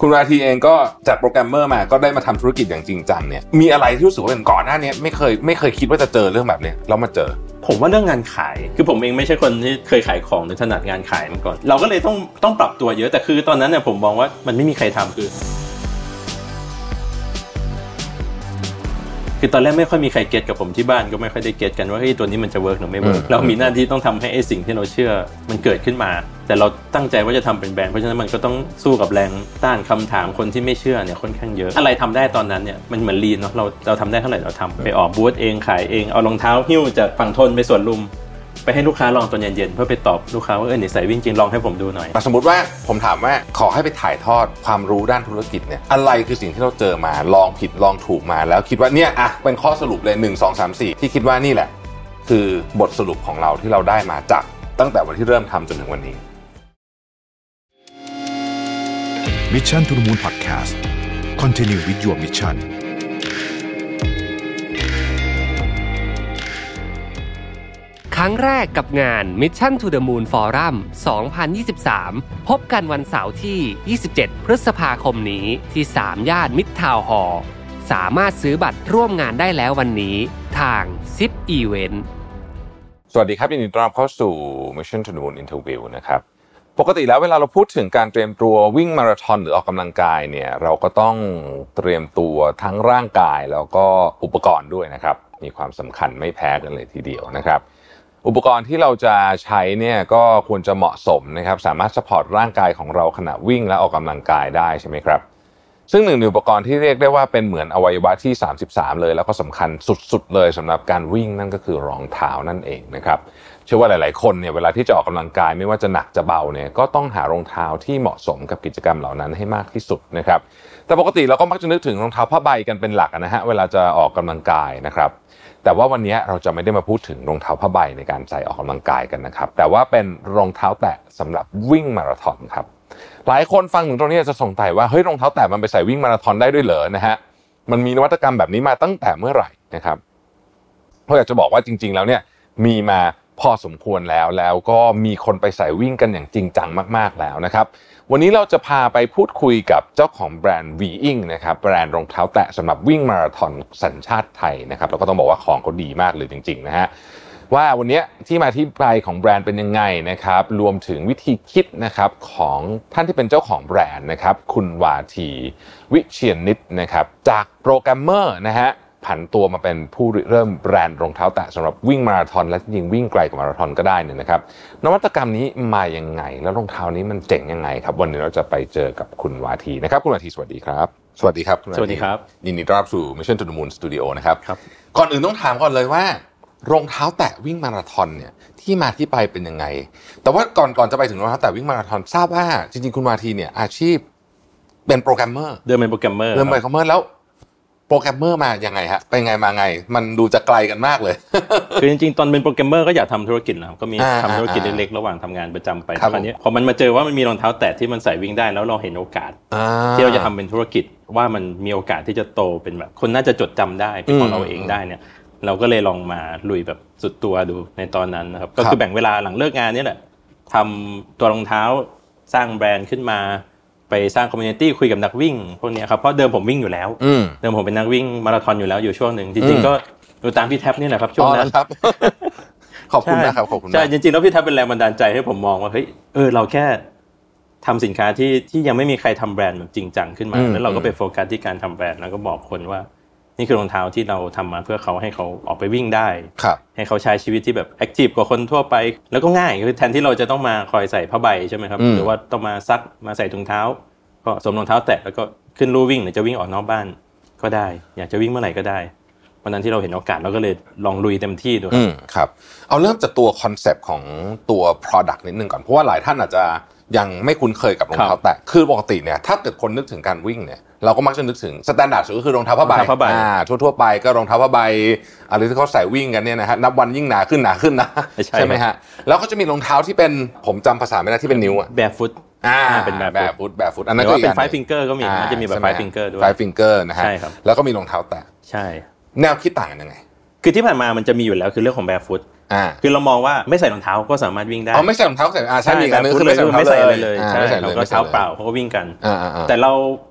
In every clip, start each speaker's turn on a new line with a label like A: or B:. A: คุณราทีเองก็จากโปรแกรมเมอร์มาก็ได้มาทำธุรกิจอย่างจริงจังเนี่ยมีอะไรที่รู้สึกว่าเป็นก่อนหน้านี้ไม่เคยไม่เคยคิดว่าจะเจอเรื่องแบบเนี้ยแล้วมาเจอ
B: ผมว่าเรื่องงานขาย คือผมเองไม่ใช่คนที่เคยขายของหรือถนัดงานขายมาก่อน เราก็เลยต้องต้องปรับตัวเยอะแต่คือตอนนั้นเนี่ยผมมองว่ามันไม่มีใครทำคือ คือตอนแรกไม่ค่อยมีใครเก็ตกับผมที่บ้านก็ไม่ค่อยได้เก็ตกันว่าเฮ้ยตัวนี้มันจะเวิร์กหรือไม่เวิร์ก
A: อืม
B: เรามีหน้าที่ต้องทำให้ไอ้สิ่งที่เราเชื่อมันเกิดขึ้นมา แต่เราตั้งใจว่าจะทำเป็นแบรนด์เพราะฉะนั้นมันก็ต้องสู้กับแรงต้านคำถามคนที่ไม่เชื่อเนี่ยค่อนข้างเยอะ อะไรทำได้ตอนนั้นเนี่ยมันเหมือนลีนเนาะเราเราทำได้เท่าไหร่เราทำไปออกบูธเองขายเองเอารองเท้าหิ้วจากฝั่งทนไปสวนลุม ไปให้ลูกค้าลองตอนเย็นๆเพื่อไปตอบลูกค้าว่าเออนิสัยวิ่งจริงลองให้ผมดูหน่อย
A: แต่สมมติว่าผมถามว่าขอให้ไปถ่ายทอดความรู้ด้านธุรกิจเนี่ยอะไรคือสิ่งที่เราเจอมาลองผิดลองถูกมาแล้วคิดว่าเนี่ยอ่ะเป็นข้อสรุปเลย 1 2 3 4 ที่คิดว่านี่แหละ คือบทสรุปของเราที่เราได้มาจากตั้งแต่วันที่เริ่มทำจนถึงวันนี้
C: Mission to the Moon Podcast Continue with your mission
D: ครั้งแรกกับงาน Mission to the Moon Forum 2023 พบกันวันเสาร์ที่ 27 พฤษภาคมนี้ที่ 3 ย่านมิตรทาวน์ฮอลล์สามารถซื้อบัตรร่วมงานได้แล้ววันนี้ ทาง ZIP Event
A: สวัสดีครับยินดีต้อนรับเข้าสู่ Mission to the Moon Interview นะครับปกติแล้วเวลาเราพูดถึงการเตรียมตัววิ่งมาราธอนหรือออกกำลังกายเนี่ยเราก็ต้องเตรียมตัวทั้งร่างกายแล้วก็อุปกรณ์ด้วยนะครับ มีความสำคัญไม่แพ้กันเลยทีเดียวนะครับ อุปกรณ์ที่เราจะใช้เนี่ยก็ควรจะเหมาะสมนะครับสามารถสปอร์ตร่างกายของเราขณะวิ่งและออกกำลังกายได้ใช่ไหมครับ ซึ่งหนึ่งในอุปกรณ์ที่เรียกได้ว่าเป็นเหมือนอวัยวะที่ 33 เลย แล้วก็สำคัญสุดๆ เลยสำหรับการวิ่งนั่นก็คือรองเท้านั่นเองนะครับเชื่อว่าหลายๆ คนเนี่ยเวลาที่จะออกกำลังกายไม่ว่าจะหนักจะเบาเนี่ยก็ต้องหารองเท้าที่เหมาะสมกับกิจกรรมเหล่านั้นให้มากที่สุดนะครับแต่ปกติเราก็มักจะนึกถึงรองเท้าผ้าใบกันเป็นหลักนะฮะเวลาจะออกกำลังกายนะครับ แต่ว่าวันนี้เราจะไม่ได้มาพูดถึงรองเท้าผ้าใบในการใส่ออกกำลังกายกันนะครับ แต่ว่าเป็นรองเท้าแตะสำหรับวิ่งมาราธอนครับ หลายคนฟังถึงตรงนี้อาจจะสงสัยว่าเฮ้ยรองเท้าแตะมันไปใส่วิ่งมาราธอนได้ด้วยเหรอนะฮะมันมีนวัตกรรมแบบนี้มาตั้งแต่เมื่อไหร่นะครับเราอยากจะบอกว่าจริง ๆ แล้วเนี่ยมีมาพอสมควรแล้วแล้วก็มีคนไปใส่วิ่งกันอย่างจริงจังมากๆแล้วนะครับ วันนี้เราจะพาไปพูดคุยกับเจ้าของแบรนด์ v i n g นะครับแบรนด์รองเท้าแตะสำหรับวิ่งมาราธอนสัญชาติไทยนะครับแล้วก็ต้องบอกว่าของเขาดีมากเลยจริง ๆ นะฮะ ว่าวันนี้ที่มาที่ไปของแบรนด์เป็นยังไงนะครับ รวมถึงวิธีคิดนะครับของท่านที่เป็นเจ้าของแบรนด์นะครับ คุณวาที วิเชียนนิตนะครับ จากโปรแกรมเมอร์นะฮะผันตัวมาเป็นผู้ริเริ่มแบรนด์รองเท้าแตะสำหรับวิ่งมาราธอนและยิงวิ่งไกลกว่ามาราธอนก็ได้เนี่ยนะครับ นวัตกรรมนี้มายังไง แล้วรองเท้านี้มันเจ๋งยังไงครับ วันนี้เราจะไปเจอกับคุณวาทีนะครับ คุณวาทีสวัสดีครับสวัสดีครับณาที
B: สวัสดีครับ
A: ยินดีต้อนรับสู่ Mission to the Moon Studio นะครับ
B: ครับ
A: ก่อนอื่นต้องถามก่อนเลยว่า รองเท้าแตะวิ่งมาราธอนเนี่ยที่มาที่ไปเป็นยังไง แต่ว่าก่อนก่อนจะไปถึงรองเท้าแตะวิ่งมาราธอนทราบว่าจริงๆคุณวาทีเนี่ยอาชีพเป็นโปรแกรมเมอร์
B: เดินเป็นโปรแกรมเมอร์
A: เริ่มไปคอมเมอร์แล้ว โปรแกรมเมอร์มายังไงฮะไปไงมาไง มันดูจะไกลกันมากเลย
B: คือจริงๆตอนเป็นโปรแกรมเมอร์ก็อยากทำธุรกิจนะครับก็มี
A: อ่า
B: ทำธุรกิจ
A: อ่า
B: เล็กๆระหว่างทำงานประจำไป
A: ครับผม
B: คราวนี้พอมันมาเจอว่ามันมีรองเท้าแตะที่มันใส่วิ่งได้แล้วเราเห็นโอกาส
A: อ่
B: ที่เราจะทำเป็นธุรกิจว่ามันมีโอกาสที่จะโตเป็นแบบคนน่าจะจดจำได้เป็นของเราเองได้เนี่ย เราก็เลยลองมาลุยแบบสุดตัวดูในตอนนั้นนะครับ ก็
A: ครั
B: คือบ แบ่งเวลาหลังเลิกงานเนี่ยแหละทำตัวรองเท้าสร้างแบรนด์ขึ้นมา ไปสร้างคอมมูนิตี้คุยกับนักวิ่งพวกเนี้ยครับเพราะเดิมผมวิ่งอยู่แล้ว
A: อืม
B: เดิมผมเป็นนักวิ่งมาราธอนอยู่แล้วอยู่ช่วงหนึ่งจ
A: อื
B: ริง
A: ม
B: ๆก็ดูตามพี่แท็บนี่แหละครับช่
A: อ๋
B: วง
A: อ
B: นั้น
A: นะครับ ขอบคุณ
B: ใช่
A: มากครับขอบคุณ
B: ใช่
A: มาก
B: จริงๆแล้วพี่ทัพเป็นแรงบันดาลใจให้ผมมองว่าเฮ้ยเออเราแค่ทำสินค้าที่ที่ยังไม่มีใครทำแบรนด์แบบจริงจังขึ้นมา
A: อืม
B: แล้วเราก็ไปโฟกัสที่การทำแบรนด์แล้วก็บอกคนว่า นี่คือรองเท้าที่เราทำมาเพื่อเขาให้เขาออกไปวิ่งได้
A: ครับ
B: ให้เขาใช้ชีวิตที่แบบแอคทีฟกว่าคนทั่วไป แล้วก็ง่ายคือแทนที่เราจะต้องมาคอยใส่ผ้าใบใช่ไหมครับ
A: อืม
B: หรือว่าต้องมาซักมาใส่ถุงเท้า ก็สวมรองเท้าแตะแล้วก็ขึ้นลู่วิ่งหรือจะวิ่งออกนอกบ้านก็ได้ อยากจะวิ่งเมื่อไหร่ก็ได้วันนั้นที่เราเห็นโอกาสเราก็เลยลองลุยเต็มที่ดูครับ
A: อืมครับเอาเริ่มจากตัวคอนเซปต์ของตัว Product นิดนึงก่อน เพราะว่าหลายท่านอาจจะยังไม่คุ้นเคยกับรองเท้าแตะคือปกติเนี่ยถ้าเกิดคนนึกถึงการวิ่งเนี่ยเราก็มักจะนึกถึงสแตนดาร์ดสุดก็คือรองเท้าผ้าใบ
B: รองเท้าผ้าใบ
A: อ่าทั่วๆไปก็รองเท้าผ้าใบอะไรที่เขาใส่วิ่งกันเนี่ยนะฮะนับวันยิ่งหนาขึ้นหนาขึ้นนะไหมฮะแล้วก็จะมีรองเท้าที่เป็นผมจำภาษาไม่ได้ที่เป็นนิ้วอะ
B: แบร์ฟุต
A: อ่า
B: อ่าเป็นแบบ
A: แบบฟุตแบบฟุตอัน
B: ห
A: นั้น
B: รือ
A: ก็
B: ว่า
A: อีก
B: เป็น
A: อัน
B: ไฟฟิงเกอร์ก็มี
A: อ่า
B: มันจะมีแบบ
A: ใช่
B: ไฟ
A: ไห
B: ฟิงเกอร์ด้วย
A: ไฟฟิงเกอร์นะฮะ
B: ใช่ครับ
A: แล้วก็มีรองเท้าแตะ
B: ใช่
A: แนวคิดต่างกันยังไง
B: คือที่ผ่านมามันจะมีอยู่แล้วคือเรื่องของแบ r e ฟุต
A: อ่า
B: คือเรามองว่าไม่ใส่รองเท้าก็สามารถวิ่งได้
A: อ๋อไม่ใส่รองเท้าใส่อ่าใช่มีอีกอันนึง
B: แบบ
A: คือไม่ใส่รองเท้า
B: ไม่ใส่อะไรเลย
A: อ่า
B: ใช่
A: ไม่ใส่
B: เรา
A: เลย
B: ก็
A: ไม่ใส่
B: เท้า
A: ลย
B: เปล่าเขาก็วิ่งกัน
A: อ่าอ่าอ่า
B: แต่เรา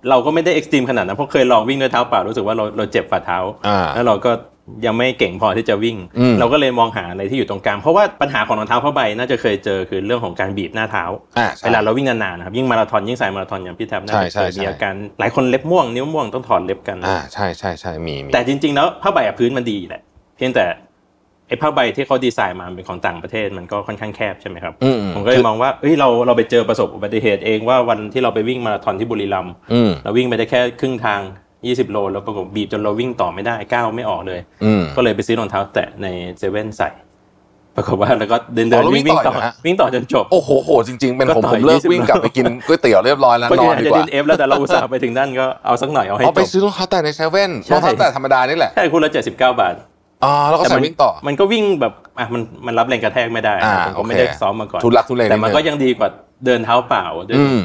B: เราก็ไม่ได้เอ็กซ์ตรีมขนาดนั้นเพราะเคยลองวิ่งด้วยเท้าเปล่ารู้สึกว่าเราเราเจ็บฝ่าเท้า
A: อ่า
B: แล้วเราก็ยังไม่เก่งพอที่จะวิ่ง
A: อืม
B: เราก็เลยมองหาอะไรที่อยู่ตรงกลางเพราะว่าปัญหาของรองเท้าผ้าใบน่าจะเคยเจอคือเรื่องของการบีบหน้าเท้า
A: อ่าใช่
B: เวลาเราวิ่งนานๆนะครับยิ่งมาราธอนยิ่งสายมาราธอนอย่างพี่แทบน่า
A: ใช่
B: จะ
A: ใช่
B: เคย
A: ใช่
B: มีอาการหลายคนเล็บม่วงนิ้วม่วงต้องถอดเล็บกัน
A: อ่าใช่ใช่ใช่มีมี
B: แต่จริงๆแล้วผ้าใบอะพื้นมันดีแหละเพียงแต่ไอ้ผ้าใบที่เขาดีไซน์มามันเป็นของต่างประเทศมันก็ค่อนข้างแคบใช่ไหมครับ
A: อืม
B: ผมก็เลยมองว่าเอ้ยเราเราไปเจอประสบอุบัติเหตุเองว่าวันที่เราไปวิ่งมาราธอนที่บุรีรัมย์
A: อืม
B: เราวิ่งไปได้แค่ครึ่งทาง 20 โล แล้วปรากฏบีบจนเราวิ่งต่อไม่ได้ก้าวไม่ออกเลย
A: อืม
B: ก็เลยไปซื้อรองเท้าแตะในเซเว่นใส่ปรากฏว่าแล้วก็เดินเดิ
A: อ๋อน แล้ววิ่
B: วิ่
A: ง
B: งวิ่ง
A: ต่
B: ต่
A: อเหร
B: อ
A: อฮะ
B: วิ่งต่อจนจบ
A: โอ้โหโหจริง ๆ เป็นผม
B: ก็ต่
A: ผ
B: อย
A: มเลิก
B: 20
A: วิ่งกลับไปกิน ก๋วยเตี๋ยวเรียบร้อยแล้ว
B: ก็
A: น
B: ยั
A: อง นดี
B: จะ
A: ก
B: ดิ
A: ว่า
B: นเอฟแล้วแต่เราอุตส่าห์ไปถึงนั่นก็เอาสักหน่อยเอาให้
A: เอาไป
B: จ
A: ซื้อบ รองเท้าแตะในเซเว่น
B: ใช่
A: รองเท้าแตะธรรมดานี่แหละ
B: แค่คุณละ79 บาท
A: อ๋อแล้วก็ใส่วิ่งต่อ
B: มันก็วิ่งแบบอ่ะมันมันรับแรงกระแทกไม่ได้
A: อ่า
B: ผม
A: โอ
B: ก็
A: เค
B: ไม่ได้ซ้อมมาก่อน
A: ทุลักทุเลนิดนึง
B: แต่มันก็ยังดีกว่าเดินเท้าเปล่าจน
A: อืม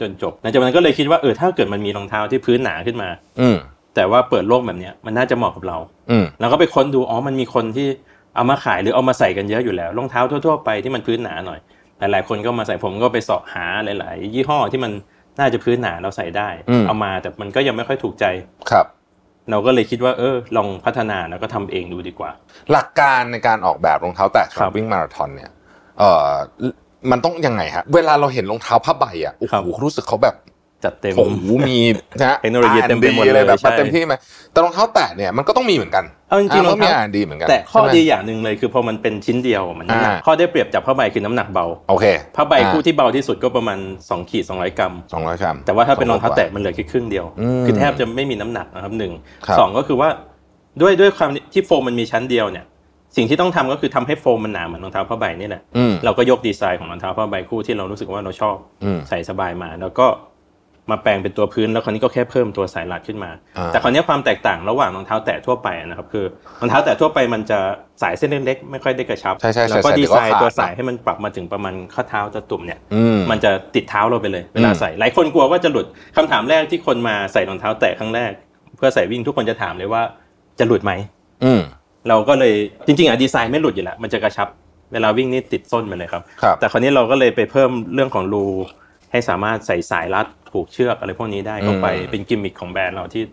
B: จนจบหลังจากนั้นก็เลยคิดว่าเออถ้าเกิดมันมีรองเท้าที่พื้นหนาขึ้นมา
A: อืม
B: แต่ว่าเปิดโลกแบบเนี้ยมันน่าจะเหมาะกับเรา
A: อืม
B: แล้วก็ไปค้นดูอ๋อมันมีคนที่เอามาขายหรือเอามาใส่กันเยอะอยู่แล้วรองเท้าทั่วๆไปที่มันพื้นหนาหน่อยหลายๆคนก็มาใส่ผมก็ไปเสอบหาหลาย ๆ ยี่ห้อที่มันน่าจะพื้นหนาเราใส่ได้ เอามาแต่มันก็ยังไม่ค่อยถูกใจ
A: ครับ
B: เราก็เลยคิดว่าเออลองพัฒนาแล้วก็ทำเองดูดีกว่า
A: หลักการในการออกแบบรองเท้าแตะสำห
B: ครั
A: รับบ วิ่งมาราธอนเนี่ยเอ่อมันต้องยังไงฮะเวลาเราเห็นรองเท้าผ้าใบอ่ะโอ้
B: ครับ
A: โหรู้สึกเขาแบบ
B: จัดเต็ม
A: โอ้โหมีนะฮะ
B: เทคโนโลยีเต็มไปหมดเลย
A: อะไรแบบ
B: ใช่
A: มาเต็มที่ไหมแต่รองเท้าแตะเนี่ยมันก็ต้องมีเหมือนกัน
B: เอาจริงๆร
A: อ่ะมัน
B: อง
A: ก็มี
B: เท้า
A: อ่านดีเหมือนกัน
B: แต่ข้อ
A: ใช่ไหม
B: ดีอย่างหนึ่งเลยคือพอมันเป็นชิ้นเดียวมันน้ำหนัก
A: อ่า
B: ข้อได้เปรียบจากผ้าใบคือน้ำหนักเบา
A: โอเค
B: ผ้าใบคู่
A: อ่
B: ที่เบาที่สุดก็ประมาณ2ขีด200 กรัม
A: ะสองร้อยกรัม
B: แต่ว่าถ้าเป็นรองเท้าแตะมันเหลือแค่ครึ่งเดียว
A: อืม
B: คือแทบจะไม่มีน้ำหนักนะครับหนึ่ง
A: ครับ
B: สองก็คือว่าด้วยด้วยความที่โฟมมันมีชั้นเดียวเนี่ย สิ่งที่ต้องทำก็คือทำให้โฟมมันหนาเหมือนรองเท้าผ้าใบนี่แหละ
A: อืม
B: เราก็ยกดีไซน์ของรองเท้าผ้าใบคู่ที่เรารู้สึกว่าเราชอบ
A: อืม
B: ใส่สบายมา แล้วก็มาแปลงเป็นตัวพื้นแล้วคราวนี้ก็แค่เพิ่มตัวสายรัดขึ้นมา
A: อ่า
B: แต่คราวนี้ความแตกต่างระหว่างรองเท้าแตะทั่วไปนะครับคือรองเท้าแตะทั่วไปมันจะสายเส้นเล็กๆไม่ค่อยได้กระชับ
A: ใช่ใช่
B: แล้ว
A: ใช่
B: ก็
A: ใช่
B: ดีไซน์
A: เยวก็ขด
B: ตัวสายให้มันปรับมาถึงประมาณข้อเท้าตะตุ่มเนี่ย
A: อืม
B: มันจะติดเท้าเราไปเลยเวลา
A: อืม
B: ใส่หลายคนกลัวว่าจะหลุดคำถามแรกที่คนมาใส่รองเท้าแตะครั้งแรก เพื่อใส่วิ่งทุกคนจะถามเลยว่าจะหลุดไหม
A: อืม
B: เราก็เลยจริงๆอ่ะดีไซน์ไม่หลุดอยู่แล้วมันจะกระชับเวลาวิ่งนี่ติดส้นไปเลยครับ
A: ครับ
B: แต่คราวนี้เราก็เลยไปเพิ่มเรื่องของรูให้สามารถใส่สายรัดผูกเชือกอะไรพวกนี้ได้เข้าไป
A: อืม
B: เป็นกิมมิคของแบรนด์เราที่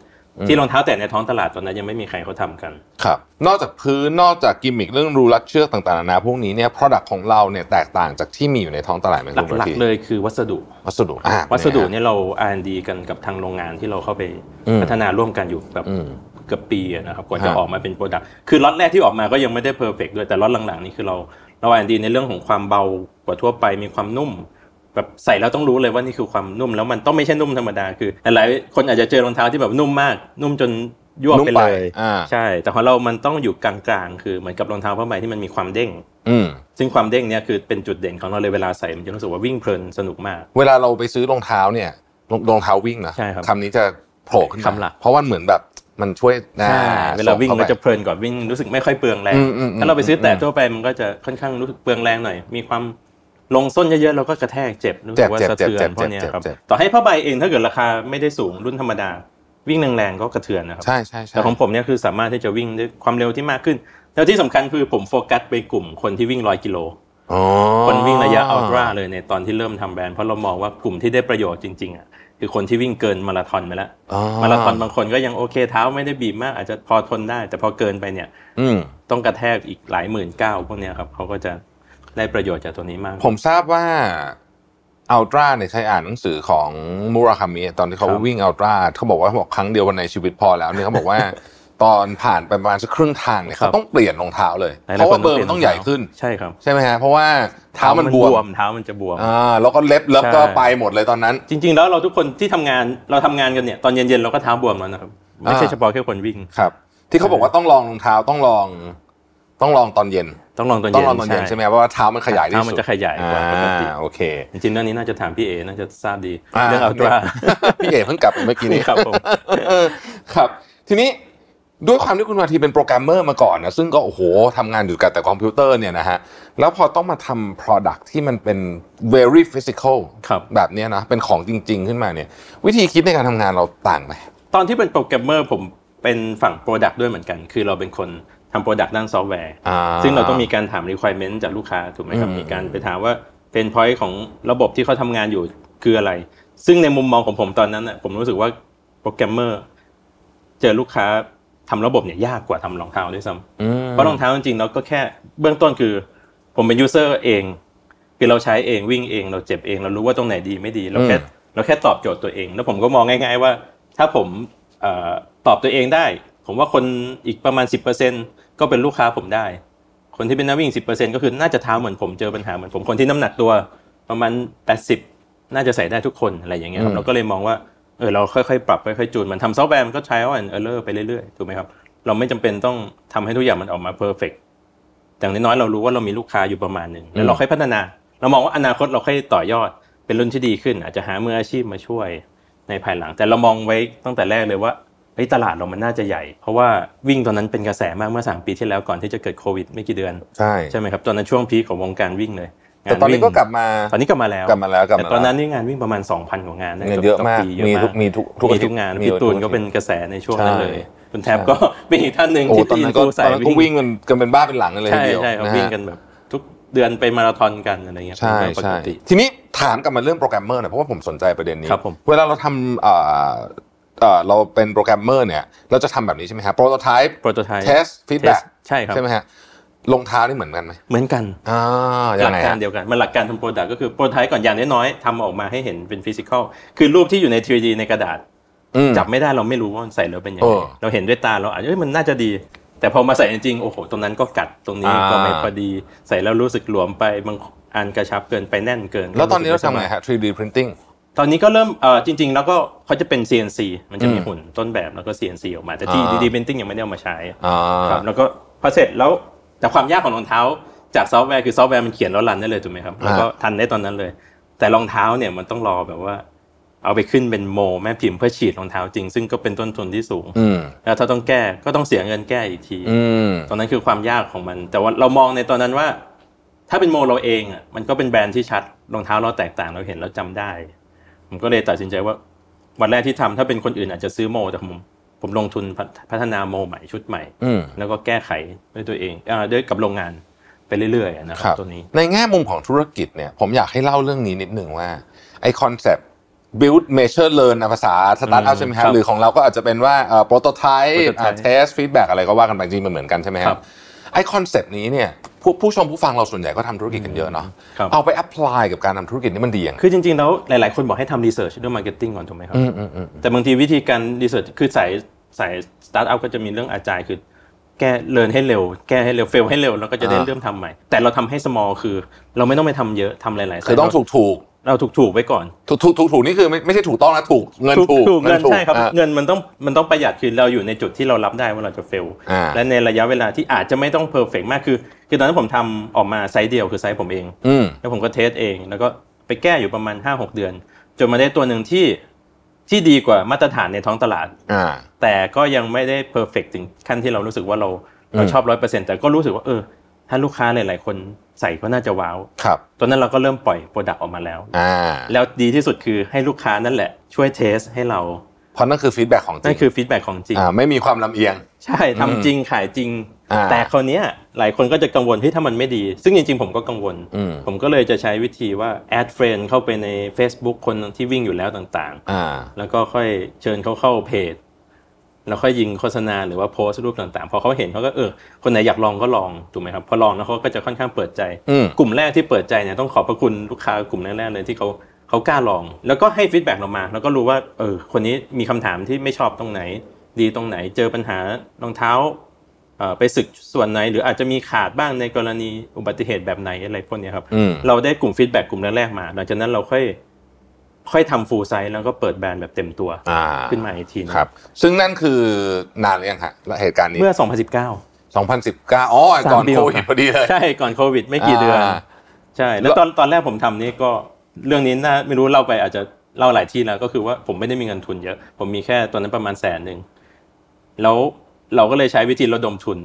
B: ที่รองเท้าแตะในท้องตลาดตอนนั้นยังไม่มีใครเขาทำกัน
A: ครับ นอกจากพื้น นอกจากกิมมิคเรื่องรูรัดเชือกต่างๆนานาพวกนี้เนี่ย product ของเราเนี่ยแตกต่างจากที่มีอยู่ในท้องตลาดไหม
B: ห
A: คุณ
B: ลัก
A: ที
B: ๆเลยคือวัสดุ
A: วัสดุอ่ะ
B: วัสดุ
A: เป็นี่
B: เนี่ยเรา R&D กันกับทางโรงงานที่เราเข้าไป
A: อืม
B: พัฒนาร่วมกันอยู่แบบ
A: อืม
B: เกือบปีอะนะครับกว่าจะ
A: ฮะ
B: ออกมาเป็นโปรดักต์คือล็อตแรกที่ออกมาก็ยังไม่ได้เพอร์เฟกด้วยแต่ล็อตหลังๆนี่คือเราเราอ่านดีในเรื่องของความเบากว่าทั่วไปมีความนุ่ม แบบใส่แล้วต้องรู้เลยว่านี่คือความนุ่มแล้วมันต้องไม่ใช่นุ่มธรรมดาคือหลายๆคนอาจจะเจอรองเท้าที่แบบนุ่มมาก นุ่มจนยั่ว
A: นุ่ม
B: ไป
A: ไป
B: เลย
A: อ่า
B: ใช่ แต่ของเรามันต้องอยู่กลางๆ คือเหมือนกับรองเท้าผ้าใบที่มันมีความเด้ง
A: อืม
B: ซึ่งความเด้งเนี่ยคือเป็นจุดเด่นของเราเลยเวลาใส่มันจะรู้สึกว่าวิ่งเพลินสนุกมาก
A: เวลาเราไปซื้อรองเท้าเนี่ยรองรองเท้าวิ่งนะ
B: ใช่ครับ
A: คำนี้จะโผล่ขึ้นมา
B: คำหลัก
A: เพราะว่าเหมือนแบบมันช่วยหน้
B: ใช่เวลาวิ่ง
A: ส่ข้ไป
B: ก็จะเพลินกว่าวิ่งรู้สึกไม่ค่อยเปลืองแร
A: อื
B: ง
A: มอืมอืม
B: ถ้าเราไปซื้อแต่
A: อืม
B: ทั่วไปมันก็จะค่อนข้างรู้สึกเปลืองแรงหน่อย มีความลงส้นเยอะๆเราก็กระแทกเจ็บรู้สึ
A: เจ็บ
B: กว่า
A: เจ็บ
B: สะ
A: เจ็บ
B: เทือ
A: เจ็บ
B: นพว
A: เจ็
B: ก
A: บ
B: เนี้ย
A: เจ็บ
B: ครับ
A: เจ็บ
B: ต่อให้ผ้าใบเองถ้าเกิดราคาไม่ได้สูงรุ่นธรรมดา วิ่งแรงๆก็กระเทือนนะครับ
A: ใช่ใช่ใช่
B: แต่ของผมเนี่ยคือสามารถที่จะวิ่งด้วยความเร็วที่มากขึ้น แล้วที่สำคัญคือผมโฟกัสไปกลุ่มคนที่วิ่งร้อยกิโล
A: อ๋อ
B: คนวิ่งระยะอัลตร้าเลยในตอนที่เริ่มทำแบรนด์เพราะเรามองว่ากลุ่มที่ได้ประโยชน์จริงๆอ่ะคือคนที่วิ่งเกินมาราธอนไปแล้ว
A: อ๋
B: มาราธอนบางคนก็ยังโอเคเท้าไม่ได้บีบมากอาจจะพอทนได้ แต่พอเกินไปเนี่ย
A: อืม
B: ต้องกระแทกอีกหลายหมื่นก้าวพวกเนี้ยครับเขาก็จะได้ประโยชน์จากตัวนี้มาก
A: ผมทราบว่าอัลตร้าเนี่ยใช้อ่านหนังสือของมูราคามิตอนที่เขา
B: ครับ
A: วิ่งอัลตร้าเขาบอกว่าเขาบอกครั้งเดียววันในชีวิตพอแล้วเนี่ยเขาบอก ว่า ตอนผ่านไปประมาณสักครึ่งทางเนี่ย
B: ครั
A: เขา
B: บ
A: ต้องเปลี่ยนรองเท้าเลย
B: หลยๆ
A: เพราะว่า
B: ค
A: เบอร์มันต้องใหญ่ขึ้น
B: ใช่ครับ
A: ใช่ไหมฮะเพราะว่าเท้ามันบวม
B: เท้ามันจะบวม
A: อ่าแล้วก็เล็บแล้วก็
B: ใช่
A: ไปหมดเลยตอนนั้น
B: จริง ๆ แล้วเราทุกคนที่ทำงานเราทำงานกันเนี่ยตอนเย็นๆเราก็เท้าบวมแล้วนะครับไม่ใช่
A: อ่า
B: เฉพาะแค่คนวิ่ง
A: ครับที่เขาบอกว่าต้องลองรองเท้าต้องลองต้องลองตอนเย็น
B: ต้องลองตอน
A: ต้อ
B: เย็
A: ง
B: น
A: ลองตอนเย็นใช่ไหมครับเพราะว่าเท้ามันขยายที่สุด
B: เท้ามันจะขยายกว่าปกติ
A: อ่าโอเค
B: จริงๆเรื่องนี้น่าจะถามพี่เอน่าจะทราบดี
A: า
B: เรื่องอัลตร้า
A: พี่เอกเพิ่งกลับไปเมื่อกี้นี้
B: ครับผม
A: เออครับ ทีนี้ด้วยความที่คุณมาทีเป็นโปรแกรมเมอร์มาก่อนนะซึ่งก็โอ้โหทำงานอยู่กับแต่คอมพิวเตอร์เนี่ยนะฮะแล้วพอต้องมาทำ product ที่มันเป็น very physical
B: ครับ
A: แบบเนี้ยนะเป็นของจริง ๆ ขึ้นมาเนี่ย วิธีคิดในการทำงานเราต่างไหม
B: ตอนที่เป็นโปรแกรมเมอร์ผมเป็นฝั่งโปรดักต์ด้วยเหมือนกัน คือเราเป็นคนท ทำโปรดักต์ด้านซอฟต์แวร์
A: อ่า
B: ซึ่งเราต้องมีการถาม requirement จากลูกค้าถูกไหมครับ
A: อืม
B: มีการไปถามว่าเป็นพอยต์ของระบบที่เขาทำงานอยู่คืออะไร ซึ่งในมุมมองของผมตอนนั้นน่ะผมรู้สึกว่าโปรแกรมเมอร์เจอลูกค้าทำระบบเนี่ยยากกว่าทำรองเท้าด้วยซ้ำ
A: อืม
B: เพราะรองเท้าจริงๆเราก็แค่เบื้องต้นคือ ผมเป็นยูเซอร์เองคือเราใช้เองวิ่งเองเราเจ็บเองเรารู้ว่าตรงไหนดีไม่ดีเราแค่
A: อืม
B: เราแค่ตอบโจทย์ตัวเอง แล้วผมก็มองง่ายๆว่า ถ้าผมเออตอบตัวเองได้ ผมว่าคนอีกประมาณ 10%ก็เป็นลูกค้าผมได้ คนที่เป็นนักวิ่ง 10%ก็คือน่าจะเท้าเหมือนผมเจอปัญหาเหมือนผมคนที่น้ำหนักตัวประมาณ 80 น่าจะใส่ได้ทุกคนอะไรอย่างเงี้ยครั
A: อื
B: บ
A: ม
B: เราก็เลยมองว่าเออเราค่อยๆปรับค่อยๆจูนมันทำซอฟต์แวร์มันก็ใช้ว่าเออเลอร์ไปเรื่อยๆถูกไหมครับ เราไม่จำเป็นต้องทำให้ทุกอย่างมันออกมาเพอร์เฟกอย่างน้อยๆเรารู้ว่าเรามีลูกค้าอยู่ประมาณหนึ่งแล้วเราค่อยพัฒนา เรามองว่าอนาคตเราค่อยต่อยอดเป็นรุ่นที่ดีขึ้น อาจจะหามืออาชีพมาช่วยในภายหลัง แต่เรามองไว้ตั้งแต่แรกเลยว่าเฮ้ยตลาดเรามันน่าจะใหญ่ เพราะว่าวิ่งตอนนั้นเป็นกระแสมากเมื่อสามปีที่แล้วก่อนที่จะเกิดโควิดไม่กี่เดือน
A: ใช่
B: ใช่ไหมครับตอนนั้นช่วงพีคของวงการวิ่งเลยงา
A: แต่ตอนนี้
B: วิ่ง
A: ก็กลับมา
B: ตอนนี้กลับมาแล้ว
A: กลับมาแล้วกลับมา
B: แต่ตอนนั้นนี่งานวิ่งประมาณ 2,000กว่างานน
A: เงินเยอะมาก
B: ปีเยอะ
A: มี
B: มา
A: ทุ
B: ก
A: กมีทุกทุก
B: มีทุกงาน
A: มี
B: พี่ตูน
A: ทุ
B: ก็เป็นกระแสในช่วงนั้นเลย
A: ใช่
B: คุณแทบก็ เป็นอีกท่านหนึ่ง
A: โอ้
B: ที่
A: ตอน
B: ตีน
A: นั้นก็
B: กู
A: ต
B: สา
A: อน
B: ย
A: นั้นก็วิ่งกันกันเป็นบ้าเป็นหลังกันเลย
B: ใช่
A: ทีเดียว
B: ใช่ครับ
A: นะ
B: วิ่ง
A: ฮะ
B: กันแบบ ทุกเดือนไปมาราธอนกันอะไรเงี้ย
A: ใช่
B: เป็นเรื่องปก
A: ใช่
B: ติ
A: ทีนี้ถามกลับมาเรื่องโปรแกรมเมอร์หน่อยเพราะว่าผมสนใจประเด็นนี้
B: ครับผม
A: เวลาเราทำเอ่อเอ่อเราเป็นโปรแกรมเมอร์เนี่ย เราจะทำแบบนี้ใช่ไหมครับโปรโตไทป์
B: โปรโตไทป์
A: เทสฟีดแบ็ก
B: ใช่ครับ
A: ใช่ไหมฮะรองเท้านี่เหมือนกันไหม
B: เหมือนกัน
A: อ่า
B: ห
A: ยั
B: ลั
A: งไง
B: กการ
A: ฮะ
B: เดียวกันมันหลักการทำโปรดักก็คือโปรไทป์ก่อนอย่างน้อยๆทำออกมาให้เห็นเป็นฟิสิกอลคือรูปที่อยู่ใน 3D ในกระดาษ
A: อืม
B: จับไม่ได้เราไม่รู้ว่ามันใส่แล้วเป็นยังไง
A: เออ
B: เราเห็นด้วยตาเราอาจจะเอ้ยมันน่าจะดี แต่พอมาใส่จริงๆโอ้โหตรงนั้นก็กัดตรงนี้
A: อ่า
B: ก็ไม่พอดี ใส่แล้วรู้สึกหลวมไปบางอันกระชับเกินไปแน่นเกิน
A: แล้วตอนนี้
B: สึก
A: เราทำ
B: ม่สบย
A: ไงฮะ 3D printing
B: ตอนนี้ก็เริ่มเออจริง ๆ แล้วก็เขาจะเป็น CNC มันจะมี
A: อืม
B: หุ่นต้นแบบแล้วก็ CNC ออกมา แต่ที่
A: อ่า
B: 3D printing ยังไม่ได้เอามาใช้
A: อ่า
B: ครับแล้วก็พอเสร็จแล้วแต่ความยากของรองเท้า จากซอฟต์แวร์คือซอฟต์แวร์มันเขียนแล้วรันได้เลยถูกไหมครับแล้วก็ทันได้ตอนนั้นเลย แต่รองเท้าเนี่ยมันต้องรอแบบว่า เอาไปขึ้นเป็นโม แม่พิมพ์เพื่อฉีดรองเท้าจริง ซึ่งก็เป็นต้นทุนที่สูง
A: อืม
B: แล้วถ้าต้องแก้ก็ต้องเสียเงินแก้อีกที
A: อืม
B: ตอนนั้นคือความยากของมัน แต่ว่าเรามองในตอนนั้นว่า ถ้าเป็นโมเราเองอ่ะมันก็เป็นแบรนด์ที่ชัดรองเท้าเราแตกต่างเราเห็นเราจำได้ ผมก็เลยตัดสินใจว่า วันแรกที่ทำถ้าเป็นคนอื่นอาจจะซื้อโมแต่ผมผมลงทุนพัฒพัฒนาโมใหม่ชุดใหม่
A: อืม
B: แล้วก็แก้ไขด้วยตัวเองอาด้วยกับโรงงานไปเรื่อยๆอะนะค
A: ค
B: รั
A: รั
B: บบ ตัวนี้
A: ในแง่มุมของธุรกิจเนี่ยผมอยากให้เล่าเรื่องนี้นิดหนึ่งว่า ไอคอนเซปต์ build measure learn นะภาษาสตาร์ทอัพ
B: อืม
A: ใช่ไหม
B: ครั
A: ฮะ
B: บ
A: หรือของเราก็อาจจะเป็นว่าโปรโตไทป์
B: prototype
A: test feedback อะไรก็ว่ากันไปจริงมันเหมือนกันใช่ไหมค
B: ค
A: รั
B: รั
A: บบ ไอคอนเซปต์นี้เนี่ยผู้ผู้ชมผู้ฟังเราส่วนใหญ่ก็ทำธุรกิจกันเยอะเนาะ
B: ครับ
A: เอาไป apply กับการทำธุรกิจนี่มันดียังไง
B: คือจริงๆแล้วหลายๆคนบอกให้ทำรีเสิร์ชเรื่องมาร์เก็ตติ้งก่อนถูกไหมครับ
A: อืมอืมอืม
B: แต่บางทีวิธีการรีเสิร์ชคือสายสายสตาร์ทอัพก็จะมีเรื่องอาจายคือแก้เรียนให้เร็ว แก้ให้เร็วเฟลให้เร็วแล้วก็จะได้
A: อ่า
B: เริ่มทำใหม่ แต่เราทำให้ small คือ เราไม่ต้องไปทำเยอะทำหลายๆ
A: คือต้อง
B: ไซต์
A: ถูกถูก
B: เราถูกถูกๆไว้ก่อน
A: ถูกถูกถูกถูกนี่คือไม่ไม่ใช่ถูกต้องนะถูกเงินถูก
B: ถูกๆเงินใช่ครับ
A: อ่ะ
B: เงินมันต้องมันต้องประหยัดคือเราอยู่ในจุดที่เรารับได้ว่าเราจะเฟล
A: อ่า
B: และในระยะเวลาที่อาจจะไม่ต้องเพอร์เฟกมากคือคือตอนนั้นผมทำออกมาไซส์เดียวคือไซส์ผมเอง
A: อืม
B: แล้วผมก็เทสเองแล้วก็ไปแก้อยู่ประมาณ 5-6 เดือน จนมาได้ตัวหนึ่งที่ที่ดีกว่ามาตรฐานในท้องตลาด
A: อ่า
B: แต่ก็ยังไม่ได้เพอร์เฟกถึงขั้นที่เรารู้สึกว่าเราเรา
A: อืม
B: ชอบร้อยเปอร์เซ็นต์แต่ก็รู้สึกว่าเออ ถ้าลูกค้าหลาย ๆ คนใส่ก็น่าจะว้าว
A: ครับ
B: ตอนนั้นเราก็เริ่มปล่อยโปรดักต์ออกมาแล้ว
A: อ่า
B: แล้วดีที่สุดคือให้ลูกค้านั่นแหละ ช่วยเทสให้เรา
A: เพราะนั่นคือ feedback ของจริ
B: นั่น
A: ง
B: คือฟีดแบ็ของจริง
A: อ่าไม่มีความลำเอียง
B: ใช่ทำจริงขายจริง
A: อ่า
B: แต่คราวเนี้ยหลายคนก็จะกังวลที่ถ้ามันไม่ดี ซึ่งจริง ๆ ผมก็กังวล
A: อืม
B: ผมก็เลยจะใช้วิธีว่าแอดเฟรนเข้าไปใน Facebook คนที่วิ่งอยู่แล้วต่าง ๆ
A: อ่า
B: แล้วก็ค่อยเชิญเขาเข้าเพจ แล้วค่อยยิงโฆษณาหรือว่าโพสต์รูปต่างๆ พอเขาเห็นเขาก็เออ คนไหนอยากลองก็ลองถูกไหมครับ พอลองแล้วเขาก็จะค่อนข้างเปิดใจ
A: อืม
B: กลุ่มแรกที่เปิดใจเนี่ยต้องขอบพระคุณลูกค้ากลุ่มแรกๆเลยที่เขาเขากล้าลอง แล้วก็ให้ฟีดแบ็กเรามา แล้วก็รู้ว่าเออคนนี้มีคำถามที่ไม่ชอบตรงไหน ดีตรงไหนเจอปัญหารองเท้าเอ่อไปสึกส่วนไหน หรืออาจจะมีขาดบ้างในกรณีอุบัติเหตุแบบไหนอะไรพวกเนี้ยครับ
A: อืม
B: เราได้กลุ่มฟีดแบ็กกลุ่มแรกๆมา หลังจากนั้นเราค่อยค่อยทำฟูลไซส์แล้วก็เปิดแบรนด์แบบเต็มตัว
A: อ่า
B: ขึ้นมาอีกทีหนึง
A: ครับ ซึ่งนั่นคือนานหรือยังฮะและเหตุการณ์นี้
B: เมื่อ 2019
A: 2019 อ๋อ
B: สาม
A: ก่อน
B: ปี
A: โควิด
B: ก่อน
A: พอดีเลย
B: ใช่ก่อนโควิดไม่กี่เดือน
A: อ่า
B: ใช่ แล้วตอนตอนแรกผมทำนี่ก็เรื่องนี้น่าไม่รู้เล่าไปอาจจะเล่าหลายที่แล้วก็คือว่าผมไม่ได้มีเงินทุนเยอะ ผมมีแค่ตอนนั้นประมาณแสนหนึ่งแล้วเราก็เลยใช้วิธีระดมทุน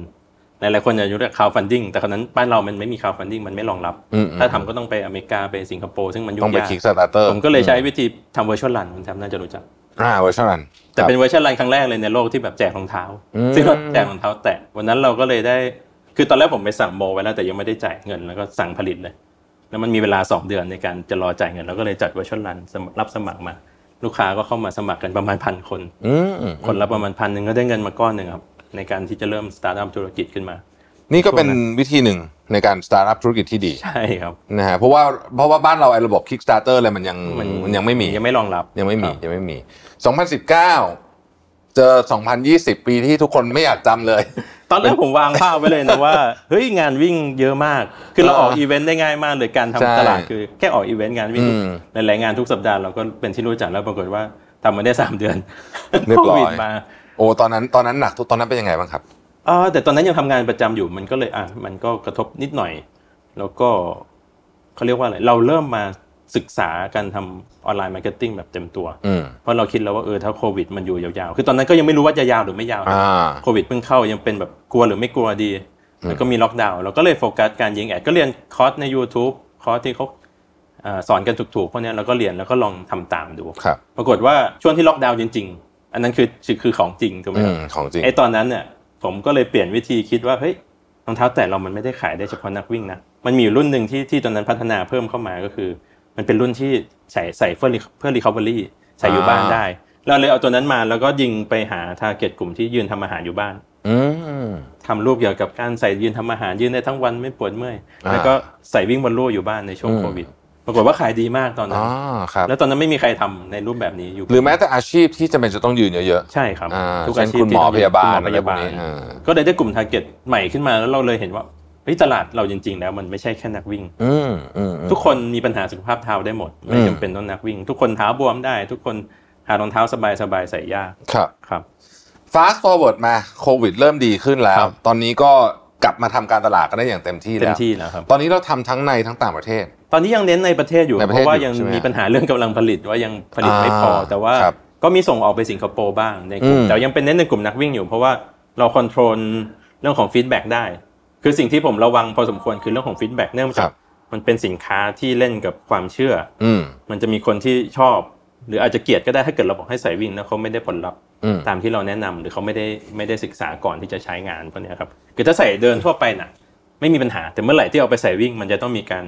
B: หลายๆคนจะรู้จัก crowdfunding แต่คราวนั้นบ้านเรามันไม่มี crowdfunding มันไม่รองรับ
A: อืมอืม
B: ถ้าทำก็ต้องไปอเมริกาไปสิงคโปร์ซึ่งมันยุ่
A: ต้อง
B: ง
A: ไป
B: ยาก
A: คิกสตาร์เตอร์
B: ผมก็เลยใช้วิธีทำเวอร์ชวลรันคุณแทบน่าจะรู้จัก
A: อ่าเวอร์ชันนั้น
B: แต่เป็นเวอร์ชันรันครั้งแรกเลยในโลกที่แบบแจกรองเท้า
A: อืม
B: ซึ่งเราแจกรองเท้าแตะวันนั้นเราก็เลยได้ คือตอนแรกผมไปสั่งโมไว้แล้วแต่ยังไม่ได้จ่ายเงินแล้วก็สั่งผลิตเลย แล้วมันมีเวลา 2 เดือนในการจะรอจ่ายเงินเราก็เลยจัดเวอร์ชันรันสมัครรับสมัครมา ลูกค้าก็เข้ามาสมัครกันประมาณพันคน
A: อืมอืม
B: คนละประมาณพันหนึ่งก็ได้เงินมาก้อนหนึ่งครับในการที่จะเริ่มสตาร์ทอัพธุรกิจขึ้นมา
A: นี่ก็เป็น
B: ช่วงนั้น
A: วิธีหนึ่งในการสตาร์ทอัพธุรกิจที่ดี
B: ใช่ครับ
A: นะฮะเพราะว่าเพราะว่าบ้านเราไอ้ระบบ Kickstarter อะไรมันยังมันยังไม่มี
B: ยังไม่รองรับ
A: ยังไม่มี
B: ครับ
A: ยังไม่มี 2019 เจอ 2020 ปีที่ทุกคนไม่อยากจำเลย
B: ตอนแรกผมวางภาพไว้เลยนะว่า เฮ้ยงานวิ่งเยอะมาก คือเราออกอีเวนต์ได้ง่ายมากเลยการทำ
A: ใช่
B: ตลาดคือแค่ออกอีเวนต์งานวิ่ง
A: อืม
B: หลายๆงานทุกสัปดาห์เราก็เป็นที่รู้จักแล้วปรากฏว่าทำมาได้สามเดื อน
A: เรียบร้อย
B: โควิดมา
A: โอ้ตอนนั้นตอนนั้นหนักทุกตอนนั้นเป็นยังไงบ้างครับ
B: เออแต่ตอนนั้นยังทำงานประจำอยู่มันก็เลยอ่ะมันก็กระทบนิดหน่อย แล้วก็เขาเรียกว่าอะไรเราเริ่มมาศึกษาการทำออนไลน์มาร์เก็ตติ้งแบบเต็มตัว
A: อืม
B: เพราะเราคิดแล้วว่าเออถ้าโควิดมันอยู่ยาวๆ คือตอนนั้นก็ยังไม่รู้ว่าจะยาวหรือไม่ยาวนะ
A: อ่า
B: โควิดเพิ่งเข้ายังเป็นแบบกลัวหรือไม่กลัวดี แล้วก็มีล็อกดาวน์เราก็เลยโฟกัสการยิงแอดก็เรียนคอร์สใน YouTube คอร์สที่เขาเอ่อสอนกันถูกๆพวกเนี้ยเราก็เรียนแล้วก็ลองทำตามดู
A: ครับ
B: ปรากฏว่าช่วงที่ล็อกดาวน์จริง ๆ อันนั้นคือคือคือของจริงถูกไหม
A: อื
B: ค
A: ม ข
B: รับ
A: องจริง
B: ไอ้ตอนนั้นเนี่ยผมก็เลยเปลี่ยนวิธีคิดว่าเฮ้ยรองเท้าแตะเรามันไม่ได้ขายได้เฉพาะนักวิ่งนะมันมีอยู่รุ่นหนึ่งที่ที่ตอนนั้นพัฒนาเพิ่มเข้ามาก็คือ มันเป็นรุ่นที่ใส่ใส่เพื่อเพื่อรีคาบอรี่ใส่อยู่บ้านได้ เราเลยเอาตัวนั้นมาแล้วก็ยิงไปหาทาร์เก็ตกลุ่มที่ยืนทำอาหารอยู่บ้าน
A: อืม
B: ทำรูปเกี่ยวกับการใส่ยืนทำอาหารยืนได้ทั้งวันไม่ปวดเมื่อย แล้วก็ใส่วิ่งบนลู่อยู่บ้านในช่วง
A: อืม
B: โควิด ปรากฏว่าขายดีมากตอนนั้
A: อ๋
B: น
A: อครับ
B: แล้วตอนนั้นไม่มีใครทำในรูปแบบนี้อยู่
A: หรือแม้แต่อาชีพที่จำเป็นจะต้องยืนเยอะ
B: ใช่ครับ
A: ๆอ่า
B: ทุก
A: เช่
B: อาน ชีพ
A: คุณหมอพ
B: ที่
A: ยาบาล
B: คุ
A: อะ
B: ณหมอพ
A: ไรพ
B: ยาว
A: ก
B: บาล
A: นี้อ่า
B: ก็เลยได้กลุ่มทาร์เก็ตใหม่ขึ้นมาแล้วเราเลยเห็นว่าเฮ้ยตลาดเราจริง ๆ แล้วมันไม่ใช่แค่นักวิ่ง
A: อืมอืมอืม
B: ทุกคนมีปัญหาสุขภาพเท้าได้หมด ไม่
A: อืม
B: จำเป็นต้องนักวิ่ง ทุกคนเท้าบวมได้ ทุกคนหารองเท้าสบายๆใส่ยาก
A: ครับ
B: ครับ
A: fast forward มาโควิดเริ่มดีขึ้นแล้ว
B: ครับ
A: ตอนนี้ก็กลับมาทำการตลาดกันได้อย่างเต็มที่
B: เต็
A: แล้
B: ม
A: ว
B: ที่แล้วครับ
A: ตอนนี้เราทำทั้งในทั้งต่างประเทศ
B: ตอนนี้ยังเน้นในประเทศอยู่
A: ในประ
B: เพ
A: เทศ
B: ราะ
A: อ
B: ว่า
A: ยู่
B: ยัง
A: ใช่ไหม
B: มีปัญหาเรื่องกำลังผลิตว่ายังผลิตไม่พอ
A: อ่า
B: แต่ว่า
A: ครับ
B: ก็มีส่งออกไปสิงคโปร์บ้างในกลุ่ม
A: อืม
B: แต่ยังเป็นเน้นในกลุ่มนักวิ่งอยู่ เพราะว่าเราคอนโทรลเรื่องของฟีดแบ็กได้ คือสิ่งที่ผมระวังพอสมควรคือเรื่องของฟีดแบ็กเนื่องจากมันเป็นสินค้าที่เล่นกับความเชื่อ
A: อืม
B: มันจะมีคนที่ชอบ หรืออาจจะเกลียดก็ได้ถ้าเกิดเราบอกให้ใส่วิ่งแล้วเขาไม่ได้ผลลัพธ์
A: อืม
B: ตามที่เราแนะนำหรือเขาไม่ได้ไม่ได้ศึกษาก่อนที่จะใช้งานพวกเนี้ยครับคือถ้าใส่เดินทั่วไปน่ะ ไม่มีปัญหาแต่เมื่อไหร่ที่เอาไปใส่วิ่ง มันจะต้องมีการ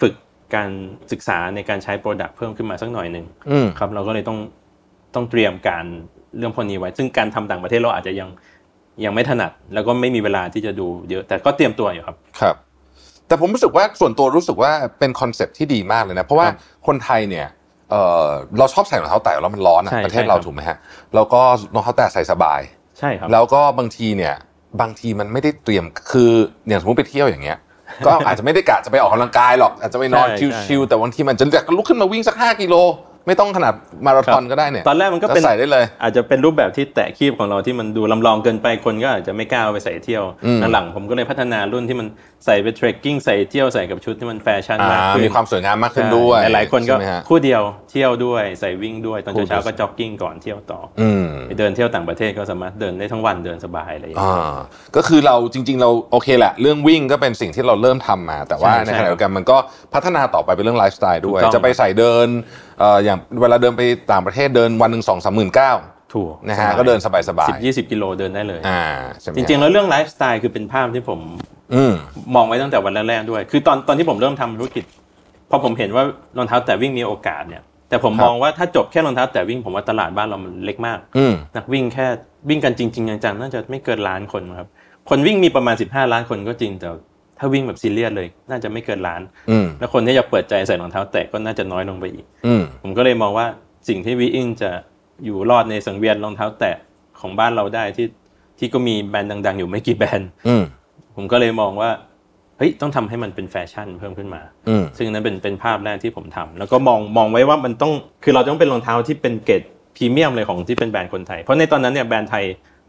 B: ฝึกการศึกษาในการใช้โปรดักต์เพิ่มขึ้นมาสักหน่อยหนึ่ง
A: อืม
B: ครับ เราก็เลยต้องต้องเตรียมการเรื่องพวกนี้ไว้ ซึ่งการทำต่างประเทศเราอาจจะยังยังไม่ถนัด แล้วก็ไม่มีเวลาที่จะดูเยอะแต่ก็เตรียมตัวอยู่ครับ
A: ครับ แต่ผมรู้สึกว่าส่วนตัวรู้สึกว่าเป็นคอนเซ็ปต์ที่ดีมากเลยนะ เพราะว่า
B: ครับ
A: คนไทยเนี่ยเอ่อเราชอบใส่รองเท้าแตะแล้วมันร้อนอะ
B: ใช่
A: ประเทศ
B: ใช่
A: เรา
B: ครับ
A: ถูกไหมฮะแล้วก็รองเท้าแตะใส่สบาย
B: ใช่ครับ
A: แล้วก็บางทีเนี่ยบางทีมันไม่ได้เตรียมคืออย่างสมมติไปเที่ยวอย่างเงี้ย ก็อาจจะไม่ได้กะจะไปออกกำลังกายหรอกอาจจะไปนอน
B: ใช่
A: ชิวๆแต่บางทีมันจะอยากลุกขึ้นมาวิ่งสัก 5 กิโล ไม่ต้องขนาดมาราธอน
B: ครับ
A: ก็ได้เนี่ย
B: ตอนแรกมันก็เป็น
A: ใส่ได้เลย
B: อาจจะเป็นรูปแบบที่แตะคีบของเราที่มันดูลำลองเกินไปคนก็อาจจะไม่กล้าเอาไปใส่เที่ยว
A: อืม
B: หลังๆผมก็เลยพัฒนารุ่นที่มันใส่ไปเทรคกิ้งใส่เที่ยวใส่กับชุดที่มันแฟชั่นมาก
A: อ่า
B: ขึ้น
A: มีความสวยงามมากขึ้นด้วย
B: หลายๆคนก็
A: ใช่ไหมฮะ
B: คู่เดียวเที่ยวด้วยใส่วิ่งด้วยตอน
A: คู่เดีย
B: เช้าว ๆก็จ็อกกิ้งก่อนเที่ยวต่อ
A: อืม
B: ไปเดินเที่ยวต่างประเทศก็สามารถเดินได้ทั้งวันเดินสบายอะไรอย่างเงี้ย
A: อ่าก็คือเราจริง ๆ เราโอเคแหละ เรื่องวิ่งก็เป็นสิ่งที่เราเริ่มทำมา แต่ว่า
B: ใช่
A: ในขณะเดียวกันมันก็พัฒนาต่อไปเป็นเรื่องไลฟ์สไตล์ด้วย
B: ถูกต้อง
A: จะไปใส่เดินเอ่ออย่างเวลาเดินไปต่างประเทศเดินวันหนึ่งสองสามหมื่นเก้า
B: ถูก
A: นะฮะก็เดินสบายสบาย
B: สิบยี่สิบกิโลเดินได้เลย
A: อ่าใช่ไหม
B: จริงๆแล้วเรื่องไลฟ์สไตล์คือเป็นภาพที่ผม
A: อืม
B: มองไว้ตั้งแต่วันแรกๆด้วย คือตอนตอนที่ผมเริ่มทำธุรกิจ พอผมเห็นว่ารองเท้าแตะวิ่งมีโอกาสเนี่ย แต่ผม
A: ครับ
B: มองว่าถ้าจบแค่รองเท้าแตะวิ่งผมว่าตลาดบ้านเรามันเล็กมาก
A: อืม
B: นักวิ่งแค่วิ่งกันจริงๆจังๆน่าจะไม่เกินล้านคนครับ คนวิ่งมีประมาณ 15 ล้านคนก็จริง แต่ถ้าวิ่งแบบซีเรียสเลย น่าจะไม่เกินล้าน
A: อืม
B: แล้วคนที่จะเปิดใจใส่รองเท้าแตะก็น่าจะน้อยลงไปอีก
A: อืม
B: ผมก็เลยมองว่าสิ่งที่วีอิงจะอยู่รอดในสังเวียนรองเท้าแตะของบ้านเราได้ที่ที่ก็มีแบรนด์ดัง ๆ อยู่ไม่กี่แบรนด์
A: อืม
B: ผมก็เลยมองว่าเฮ้ยต้องทำให้มันเป็นแฟชั่นเพิ่มขึ้นมา
A: อืม
B: ซึ่งนั้นเป็นเป็นภาพแรกที่ผมทำแล้วก็มองมองไว้ว่ามันต้องคือเราต้องเป็นรองเท้าที่เป็นเกรดพรีเมียมเลยของที่เป็นแบรนด์คนไทย เพราะในตอนนั้นเนี่ยแบรนด์ไทย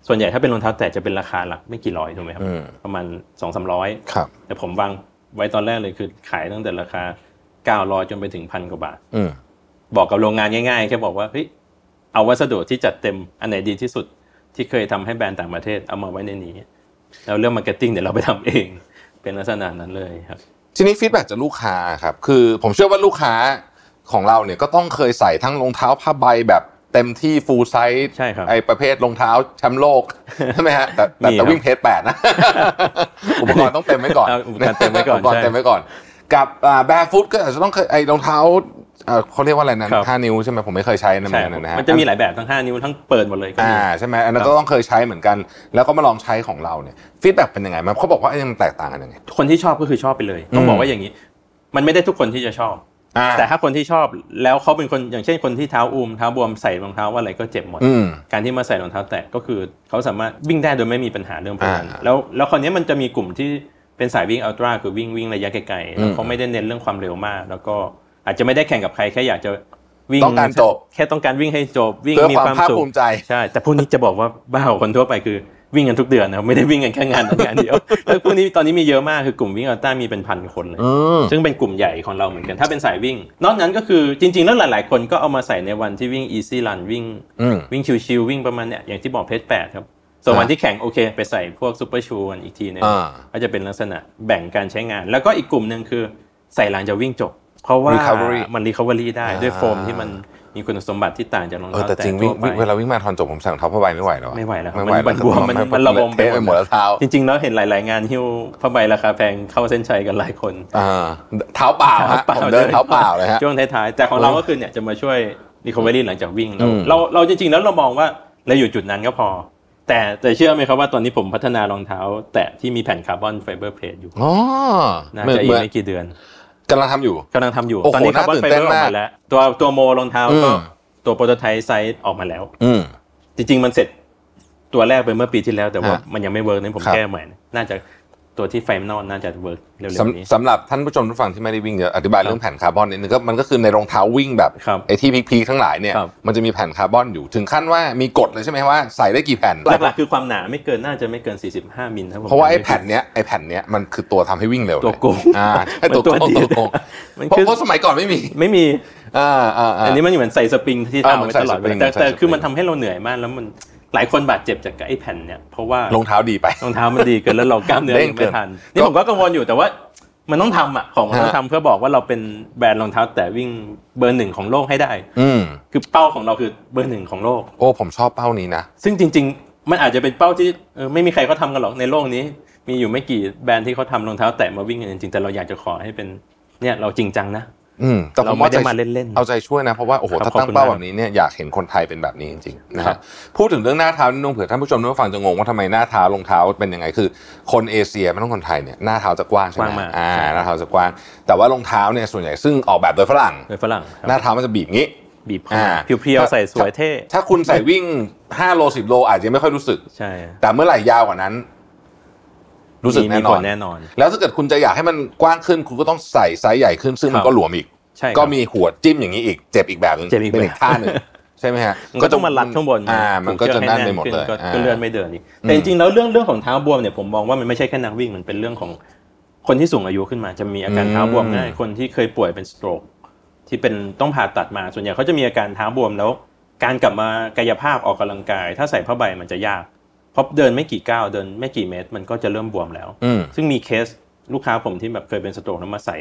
B: ส่วนใหญ่ถ้าเป็นรองเท้าแตะจะเป็นราคาหลักไม่กี่ร้อยถูกไหมครับ
A: อืม
B: ประมาณสองสามร้อย
A: ครับ
B: แต่ผมวางไว้ตอนแรกเลยคือขายตั้งแต่ราคา 900 จนไปถึงพันกว่าบาท
A: อืม
B: บอกกับโรงงานง่ายๆแค่บอกว่าเฮ้ยเอาวัสดุที่จัดเต็มอันไหนดีที่สุดที่เคยทำให้แบรนด์ต่างประเทศเอามาไว้ในนี้แล้วเรื่องมาร์เก็ตติ้งเดี๋ยวเราไปทำเอง เป็นลักษณะนั้นเลยครับ
A: ทีนี้ฟีดแบ็จากลูกค้าครับ คือผมเชื่อว่าลูกค้าของเราเนี่ยก็ต้องเคยใส่ทั้งรองเท้าผ้าใบแบบ เต็มที่ฟูลไซส์
B: ใช่ครับ
A: ไอประเภทรองเท้าแชมป์โลก ใช่ไหมฮะแต่แต่
B: มี
A: แต่
B: ครับ
A: วิ่งเพจแปดนะ อุปกรณ์ต้องเต็มไว้ก่อน
B: เอาอุปกรณ์เต็มไว้ก่อน
A: ปกรณ์
B: ใช่
A: เต็มไว้ก่อน กับแบร์ฟุตก็อาจจะต้องเคยไอรองเท้าเอ่อเขาเรียกว่าอะไรนะ
B: ครับ
A: ห้านิ้วใช่ไหมผมไม่เคยใช้นะ
B: ใช่
A: อั
B: ครับ
A: นะฮะ
B: มันจะมีหลายแบบทั้ง 5 นิ้วทั้งเปิดหมดเลยก็
A: อ่า
B: มี
A: ใช่ไหมอันนั้นก็ต้องเคยใช้เหมือนกัน แล้วก็มาลองใช้ของเราเนี่ยฟีดแบ็กเป็นยังไงมันเขาบอกว่าไอ้มันแตกต่างกันยังไง
B: คนที่ชอบก็คือชอบไปเลย ต้อ
A: อื
B: ง
A: ม
B: บอกว่าอย่างนี้ มันไม่ได้ทุกคนที่จะชอบ
A: อ่า
B: แต่ถ้าคนที่ชอบแล้วเขาเป็นคนอย่างเช่นคนที่เท้าอูมเท้าบวมใส่รองเท้าอะไรก็เจ็บหมด
A: อืม
B: การที่มาใส่รองเท้าแตะก็คือเขาสามารถวิ่งได้โดยไม่มีปัญหาเรื่องพวกนั้น
A: อ่า
B: แล้วแล้วคราวนี้มันจะมีกลุ่มที่เป็นสายวิ่งอัลตร้าคือวิ่งวิ่งระยะไกลๆแล้วเขาไม่ได้เน้นเรื่องความเร็วมาก แล้วก็อาจจะไม่ได้แข่งกับใครแค่อยากจะวิ่ง
A: ต้องการจบ
B: แค่ต้องการวิ่งให้จบวิ่ง
A: เพื่อ
B: มี
A: ความ
B: ความ
A: ภาค
B: สุข
A: ภูมิใจ
B: ใช่ แต่พวกนี้จะบอกว่าบ้าของคนทั่วไปคือวิ่งกันทุกเดือนนะครับไม่ได้วิ่งกันแค่งานนั้นงานเดียว แล้วพวกนี้ตอนนี้มีเยอะมากคือกลุ่มวิ่งอัลต้ามีเป็นพันคนเลย
A: อืม
B: ซึ่งเป็นกลุ่มใหญ่ของเราเหมือนกัน ถ้าเป็นสายวิ่ง นอกนั้นก็คือจริง ๆ แล้วหลาย ๆ คนก็เอามาใส่ในวันที่วิ่ง easy run วิ่ง
A: อืม
B: วิ่งชิวๆวิ่งประมาณเนี่ยอย่างที่บอกเพจแปดครับส่วนวัน
A: อ่ะ
B: ที่แข่งโอเค ไปใส่พวกซูเปอร์ชูกันอีกทีหนึง
A: อ่า
B: ก็จะเป็นลักษณะแบ่งการใช้งาน แล้วก็อีกกลุ่มหนึ่งคือใส่หลังจากวิ่งจบ เพราะว่า
A: Recovery
B: มัน recovery ได้ด้วยโฟมที่มันมีคุณสมบัติที่ต่างจากรอง
A: เออ
B: เท้า
A: แต่
B: แตะ
A: จริงวิ่ง
B: ทั่วไป
A: วิ่งเวลาวิ่งมาทอนจบผมใส่รองเท้าผ้าใบไม่ไหวแล้วอะ
B: ไม่ไหวแล้วครับ
A: ไม่ไหว
B: มันบวม
A: แล้ว
B: มัน
A: ครับ
B: มันระบม
A: เละไปหมดแล้วเท้า
B: จริงๆแล้วเห็นหลาย ๆ งานหิ้วผ้าใบราคาแพงเข้าเส้นชัยกันหลายคน
A: อ่าเท้าเปล่าฮะผมเดินเท้าเปล่าเลยฮะ
B: ช่วงท้ายๆแต่ของเราก็คือเนี่ยจะมาช่วย recovery หลังจากวิ่งเรา
A: อืม
B: เราเราจริง ๆ แล้วเรามองว่าเราอยู่จุดนั้นก็พอ แต่แต่เชื่อไหมครับว่าตอนนี้ผมพัฒนารองเท้า แตะที่มีแผ่นคาร์บอนไฟเบอร์เพลทอยู่
A: อ๋อ
B: น่า
A: เหมือน
B: จะอี
A: เห
B: ก
A: มือน
B: ไม่กี่เดือน
A: กำลังทำอยู่
B: กำลังทำอยู่
A: โอ้โห
B: ตอนนี้คาร์บอน
A: น่าตื่น
B: ไฟ
A: เต้
B: เบอน ร์ออ
A: มา
B: ก
A: ก
B: มาแล้ว ตัวตัวโมรองเท้า
A: อื
B: ก็
A: ม
B: ตัวโปรโตไทป์ไซส์ออกมาแล้ว
A: อืม
B: จริงๆ มันเสร็จตัวแรกไปเมื่อปีที่แล้วแต่ว่า
A: ฮะ
B: มันยังไม่เวิร์กนั้นผม
A: ครับ
B: แก้ใหม่นะน่าจะตัวที่ไฟนอลน่าจะเวิร์กเร็ว
A: สำ
B: ๆนี้
A: สำหรับท่านผู้ชมผู้ฟังที่ไม่ได้วิ่งเยอะอธิบายเรื่องแผ่นคาร์บอนนิดนึงก็มันก็คือในรองเท้าวิ่งแบบ
B: ครับ
A: ไอ้ที่พีคๆทั้งหลายเนี่ย
B: ครับ
A: มันจะมีแผ่นคาร์บอนอยู่ถึงขั้นว่ามีกฎเลยใช่ไหมว่าใส่ได้กี่แผ่น
B: หลักๆคือความหนาไม่เกินน่าจะไม่เกิน 45 มิลครับผม
A: เพราะว่าไอ้
B: จำม่
A: แผ่น
B: ผิด
A: เนี้ยไอ้แผ่นเนี้ยมันคือตัวทำให้วิ่งเร็ว
B: ตัวโกง
A: อ่าไอ้ตัวโก
B: มัน
A: ง
B: ตัวดี
A: ตัวโกง
B: มัน
A: เพราะ
B: คือ
A: เพราะสมัยก่อนไม่มี
B: ไม่มี
A: อ่าอ่าา
B: อันนี้มันเหมือนใส่สปริงที่
A: อ่า
B: ทำไว้ตลอด
A: มันใส่สปริง
B: แต่แต่
A: มันใส่สปริง
B: คือมันทำให้เราเหนื่อยมากแล้วมันหลายคนบาดเจ็บจากไอ้แผ่นเนี่ยเพราะว่าร
A: องเท้าดีไป
B: รองเท้ามันดีเกินแล้วเรากล้ามเนื้อ
A: เด้ง
B: ยังไม่ทัน
A: เกิน
B: นี่ผมก็กังวลอยู่แต่ว่ามันต้องทำอ่ะของมันต้อง
A: ฮะ
B: ทำเพื่อบอกว่าเราเป็นแบรนด์รองเท้าแต่วิ่งเบอร์หนึ่งของโลกให้ได้
A: อืม
B: คือเป้าของเราคือเบอร์หนึ่งของโลก
A: โอ้ผมชอบเป้านี้นะ
B: ซึ่งจริง ๆ มันอาจจะเป็นเป้าที่เออไม่มีใครเขาทำกันหรอกในโลกนี้ มีอยู่ไม่กี่แบรนด์ที่เขาทำรองเท้าแตะมาวิ่งกันจริงๆแต่เราอยากจะขอให้เป็นเนี่ยเราจริงจังนะ
A: อืมแต่ผ
B: เรา
A: ม
B: ไม่
A: ว่า
B: ได้
A: ใจ
B: มาเล่นๆ
A: เอาใจช่วยนะ เพราะว่าโอ้โห
B: ครับ
A: ถ้า
B: ขอบ
A: ตั้ง
B: คุ
A: เป้าม
B: ณาก
A: แบบนี้เนี่ยอยากเห็นคนไทยเป็นแบบนี้จริงๆนะ
B: ครั
A: ฮะ
B: บ
A: พูดถึงเรื่องหน้าเท้านิดนึงเผื่อท่านผู้ชมท่านผู้ฟังจะงงว่าทำไมหน้าเท้ารองเท้าเป็นยังไงคือ คนเอเชียไม่ต้องคนไทยเนี่ยหน้าเท้าจะกว้างใช่ไหม
B: กว้างมาก
A: อ่าหน้าเท้าจะกว้าง แต่ว่ารองเท้าเนี่ยส่วนใหญ่ซึ่งออกแบบโดยฝรั่ง
B: โดยฝรั่งครับ
A: หน้าเท้ามันจะบีบงี้
B: บีบคอ
A: อ่า
B: เพียว
A: ถ้า
B: ๆใส่สวยเท่
A: ถ้าคุณใส่วิ่ง 5 โล 10 โลอาจจะไม่ค่อยรู้สึก
B: ใช่
A: แต่เมื่อไหร่ยาวกว่านั้น รู้สึก
B: มี
A: แน่
B: มี
A: น
B: ผ
A: อน
B: ลแน่นอน
A: แล้วถ้าเกิดคุณจะอยากให้มันกว้างขึ้น คุณก็ต้องใส่ไซส์ใหญ่ขึ้นซึ่งมั
B: คน รับ
A: ก็หลวมอีก
B: ใช่ครับ
A: ก็มีหัวจิ้มอย่างนี้อีกเจ็บอีกแบบหนึง
B: เจ็บอีกแบบ
A: ป็นอีกท่าห นึ่งใช่ไหมฮะ
B: มันก็ต้องมารัดข้างบน
A: อ่า มันก็จะนั่นไปหมดเลย
B: ก็
A: อ่า
B: ก็เลื่อนไม่เดินอีก
A: อืม
B: แต่จริงๆแล้วเรื่องเรื่องของเท้าบวมเนี่ยผมมองว่ามันไม่ใช่แค่นักวิ่งมันเป็นเรื่องของคนที่สูงอายุขึ้นมา จะมีอาการ
A: อืม
B: เท้าบวมง่ายคนที่เคยป่วยเป็นสโตรกที่เป็นต้องผ่าตัดมาส่วนใหญ่เขาจะมีอาการเท้าบวมแล้ว การกลับมากายภาพออกกำลังกาย ถ้าใส่ผ้าใบมันจะยากเพราะเดินไม่กี่ก้าวเดินไม่กี่เมตร มันก็จะเริ่มบวมแล้ว
A: อืม
B: ซึ่งมีเคสลูกค้าผมที่แบบเคยเป็นสโตรกแล้วมาใส่